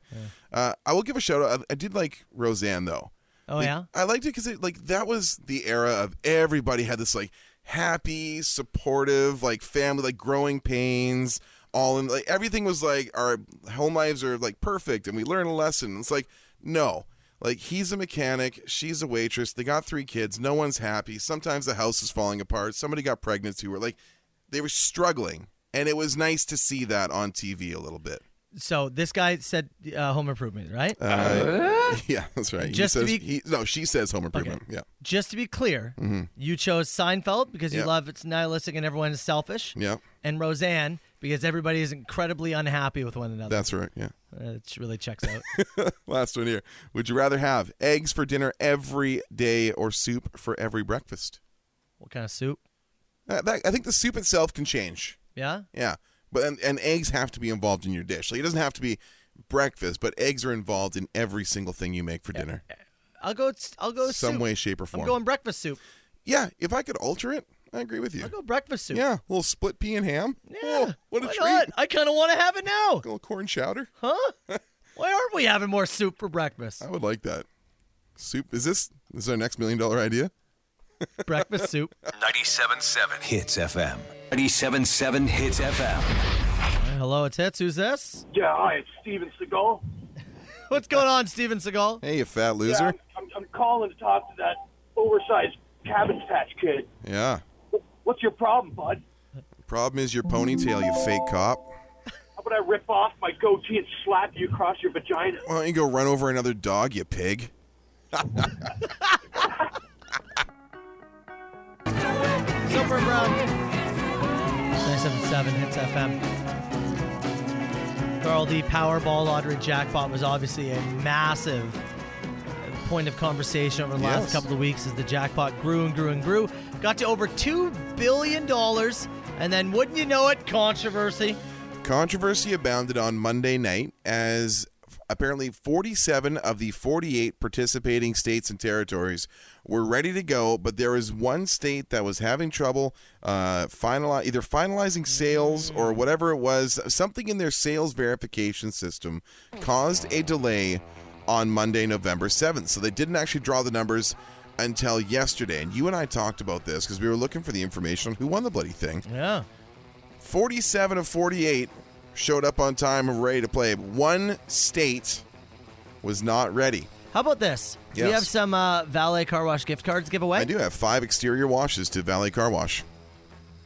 Uh, I will give a shout out. I, I did like Roseanne, though. Oh, Like, yeah? I liked it because it like that was the era of everybody had this like happy, supportive, like family, like growing pains. All in like everything was like our home lives are like perfect, and we learn a lesson. It's like no, like he's a mechanic, she's a waitress. They got three kids. No one's happy. Sometimes the house is falling apart. Somebody got pregnant too. Or like they were struggling, and it was nice to see that on TV a little bit. So this guy said uh, Home Improvement, right? Uh, yeah, that's right. He Just to says- be- he- no, she says home improvement. Yeah. Just to be clear, Mhm. you chose Seinfeld because you Yeah. love it's nihilistic and everyone is selfish. Yeah. And Roseanne because everybody is incredibly unhappy with one another. That's right. Yeah. Uh, it really checks out. Last one here. Would you rather have eggs for dinner every day or soup for every breakfast? what kind of soup? Uh, that- I think the soup itself can change. Yeah. Yeah. But and, and eggs have to be involved in your dish. Like it doesn't have to be breakfast, but eggs are involved in every single thing you make for dinner. I'll go. I'll go. Some soup. way, shape, or form. I'm going breakfast soup. Yeah. If I could alter it, I agree with you. I'll go breakfast soup. Yeah. A little split pea and ham. Yeah. what a Why treat. not? I kind of want to have it now. A little corn chowder. Huh? Why aren't we having more soup for breakfast? I would like that. Soup is this this is our next million dollar idea? breakfast soup. 97.7 Hits FM. 97.7 Hits FM. Hey, Hello, it's Hits. Who's this? Yeah, hi, it's Steven Seagal. What's going on, Steven Seagal? Hey, you fat Yeah, loser. I'm, I'm, I'm calling to talk to that oversized Cabbage Patch kid. Yeah. What's your problem, bud? Problem is your ponytail, you fake cop. How about I rip off my goatee and slap you across your vagina? Why don't you go run over another dog, you pig? Silver Brown. 977 Hits FM. Carl, the Powerball lottery jackpot was obviously a massive point of conversation over the last Yes. couple of weeks as the jackpot grew and grew and grew. Got to over $2 billion, and then wouldn't you know it, controversy. Controversy abounded on Monday night as f- apparently 47 of the 48 participating states and territories were ready to go, but there was one state that was having trouble uh, finali- either finalizing sales or whatever it was. Something in their sales verification system caused a delay on Monday, November 7th. So they didn't actually draw the numbers until yesterday. And you and I talked about this because we were looking for the information on who won the bloody thing. Yeah. 47 of 48 showed up on time and ready to play. One state was not ready. How about this? We Yes. have some uh, valet car wash gift cards giveaway. I do have five exterior washes to Valley Car Wash.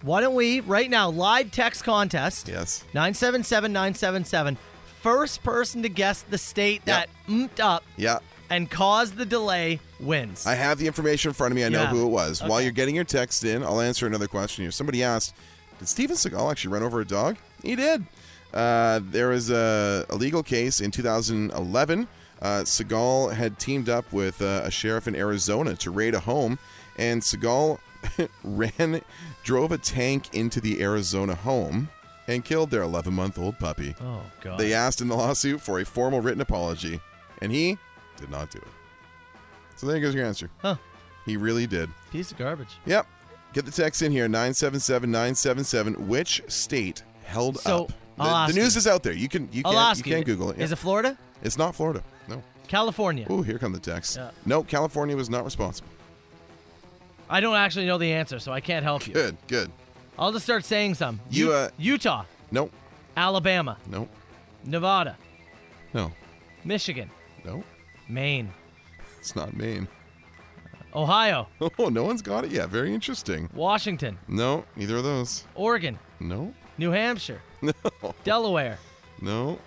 Why don't we, right now, live text contest? Yes. 977 977. First person to guess the state that umped up Yeah. and caused the delay wins. I have the information in front of me. I know Yeah. who it was. While Okay. you're getting your text in, I'll answer another question here. Somebody asked, "Did Steven Seagal actually run over a dog?" He did. Uh, there was a, a legal case in 2011. Uh, Seagal had teamed up with uh, a sheriff in Arizona to raid a home, and Seagal ran, drove a tank into the Arizona home, and killed their 11-month-old puppy. Oh, God. They asked in the lawsuit for a formal written apology, and he did not do it. So there goes your answer. Huh. He really did. Piece of garbage. Yep. Get the text in here 977 977. Which state held So, up? The, I'll ask the news you. is out there. You can you I'll can ask you you. can Google it. Is Yeah. it Florida? It's not Florida. No. California. Oh, here come the texts. Yeah. No, California was not responsible. I don't actually know the answer, so I can't help you. Good, good. I'll just start saying some. You, U- uh, Utah, Nope. Alabama, Nope. Nevada, No. Michigan, No. Maine, It's not Maine. Ohio, Oh, no one's got it yet. Very interesting. Washington, No, neither of those. Oregon, No. New Hampshire, No. Delaware, No.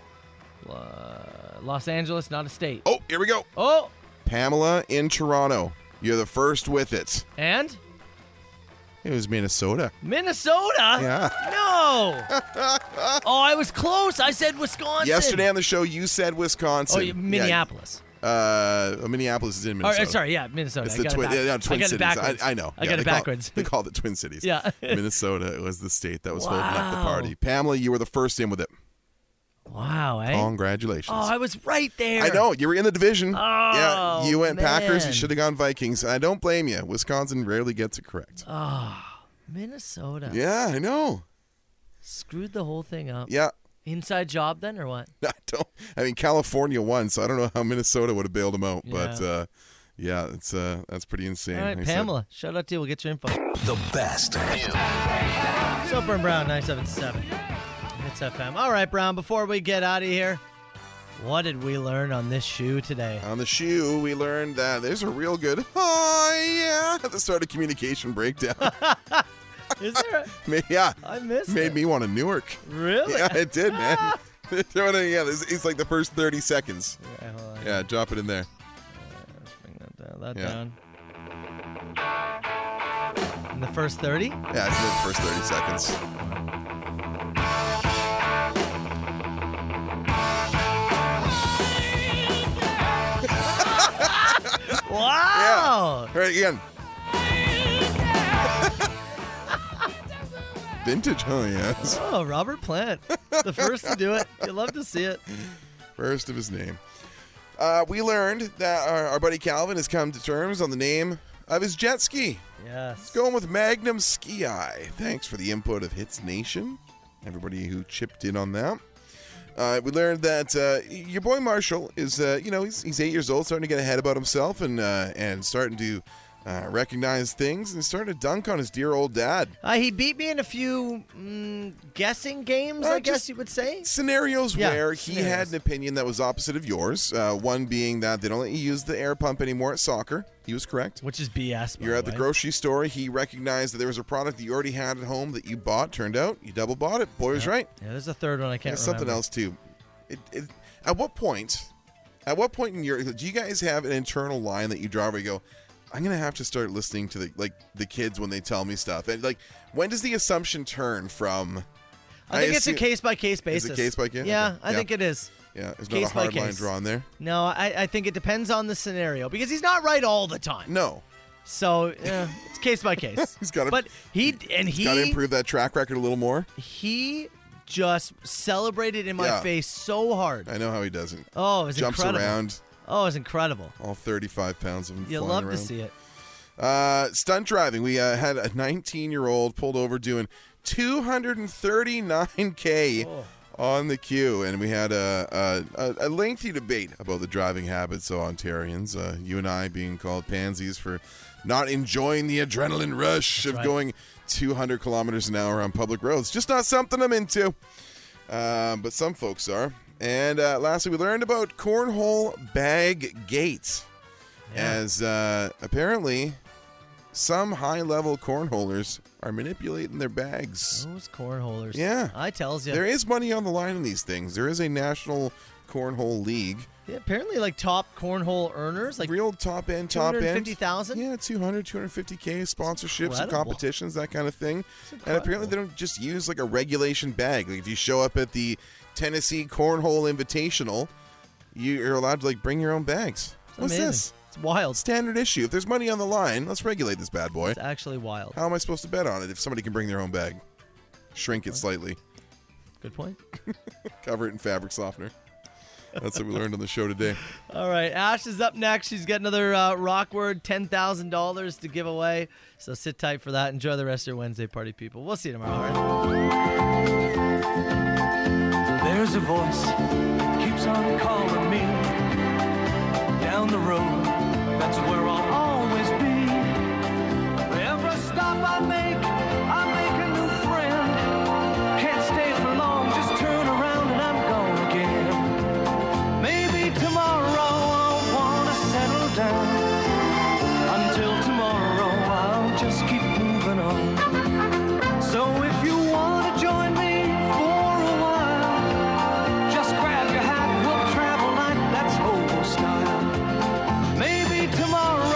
Lo- Los Angeles, not a state. Oh, here we go. Oh, Pamela in Toronto. You're the first with it. And It was Minnesota. Minnesota? Yeah. No. oh, I was close. I said Wisconsin. Yesterday on the show, you said Wisconsin. Oh, you- Minneapolis. Yeah. Uh, Minneapolis is in Or, uh, Minnesota. sorry, yeah, Minnesota. It's I the got it twin, back- yeah, no, twin I got cities. It backwards. I, I know. I yeah, got they it call- backwards. they call it the Twin Cities. Yeah. Minnesota was the state that was holding up the Wow. party. Pamela, you were the first in with it. Wow. Eh? Congratulations. Oh, I was right there. I know you were in the division. Oh, yeah, you went Packers. You man. should have gone Vikings. I don't blame you. Wisconsin rarely gets it correct. Oh, Minnesota. Yeah, I know. Screwed the whole thing up. Yeah. Inside job then or what? I don't. I mean, California won, so I don't know how Minnesota would have bailed them out. But Yeah. uh, yeah, it's uh, that's pretty insane. All right, Like I said- Pamela. Shout out to you. We'll get your info. The best. So Burn Brown 977. It's FM. All right, Brown, before we get out of here, what did we learn on this shoe today? On the shoe, we learned that there's a real good oh yeah at the start of communication breakdown. Is there? Ma- yeah, I missed made it. Ah. me want to Newark. Really? Yeah, it did, man. Throwing it- yeah, this- it's like the first 30 seconds. Yeah, hold on. Yeah, drop it in there. Bring that down. That Yeah. down. In the first 30? Yeah, it's the first 30 seconds. wow! Yeah. Right again. Vintage, huh? Yes. Oh, Robert Plant. The first to do it. You love to see it. First of his name. Uh, we learned that our, our buddy Calvin has come to terms on the name of his jet ski. Yes. Going with Magnum Ski Eye. Thanks for the input of Hits Nation. Everybody who chipped in on that. Uh, we learned that uh, your boy Marshall is, uh, you know, he's, he's eight years old, starting to get ahead about himself and uh, and starting to uh, recognize things and starting to dunk on his dear old dad. Uh, he beat me in a few mm, guessing games, Uh, I guess just you would say. Scenarios Yeah, where he had an opinion that was opposite of yours. Uh, one being that they don't let you use the air pump anymore at soccer. He was correct. Which is BS. by You're at the way. grocery store. He recognized that there was a product that you already had at home that you bought. Turned out you double bought it. Boy was right. Yeah, there's a third one I can't There's remember. something else too. It, it, at what point? At what point in your do you guys have an internal line that you draw where you go? I'm gonna have to start listening to the like the kids when they tell me stuff. And like, when does the assumption turn from? I think it's a assume- case by case Is basis. it case by case? Yeah, Okay. I think it is. Yeah, there's Case not a by hard line case. drawn there. No, I, I think it depends on the scenario because he's not right all the time. No. So uh, it's case by case. He's gotta- But he and he Got to improve that track record a little more. he just celebrated in my Yeah. face so hard. I know how he doesn't. Oh, it was jumps incredible. around. Oh, it was incredible. All 35 pounds of him. You flying love around. to see it. Uh, stunt driving. We uh, had a 19 year old pulled over doing 239K Oh. on the queue, and we had a, a, a lengthy debate about the driving habits of Ontarians. Uh, you and I being called pansies for not enjoying the adrenaline rush of right. going 200 kilometers an hour on public roads. Just not something I'm into. Um, but some folks are. And uh, lastly, we learned about cornhole bag gates, as uh, apparently some high-level cornholers are manipulating their bags. Those cornholers. Yeah. I tells you. There is money on the line in these things. There is a national cornhole league. Yeah, apparently, like top cornhole earners, like real top end, top end. 250,000? Yeah, 200, 250K sponsorships and incredible. competitions, that kind of thing. And apparently they don't just use like a regulation bag. Like if you show up at the Tennessee Cornhole Invitational, you- you're allowed to like bring your own bags. What's amazing. this? It's wild. Standard issue. If there's money on the line, let's regulate this bad boy. It's actually wild. How am I supposed to bet on it if somebody can bring their own bag? Shrink it slightly. Good point. Cover it in fabric softener. That's what we learned on the show today. All right, Ash is up next. She's got another uh, rock word, ten thousand dollars to give away. So sit tight for that. Enjoy the rest of your Wednesday party, people. We'll see you tomorrow. all right? There's a voice keeps on calling me down the road. That's where I'll always be. Every stop I make, I make a new friend. Can't stay for long, just turn around and I'm gone again. Maybe tomorrow I'll wanna settle down. Until tomorrow, I'll just keep moving on. So if you wanna join me for a while. Just grab your hat, we'll travel like that's old style. Maybe tomorrow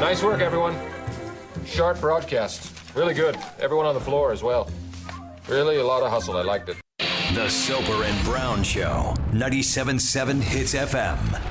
Nice work, everyone. Sharp broadcast. Really good. Everyone on the floor as well. Really a lot of hustle. I liked it. The Soper and Brown Show, 97.7 Hits FM.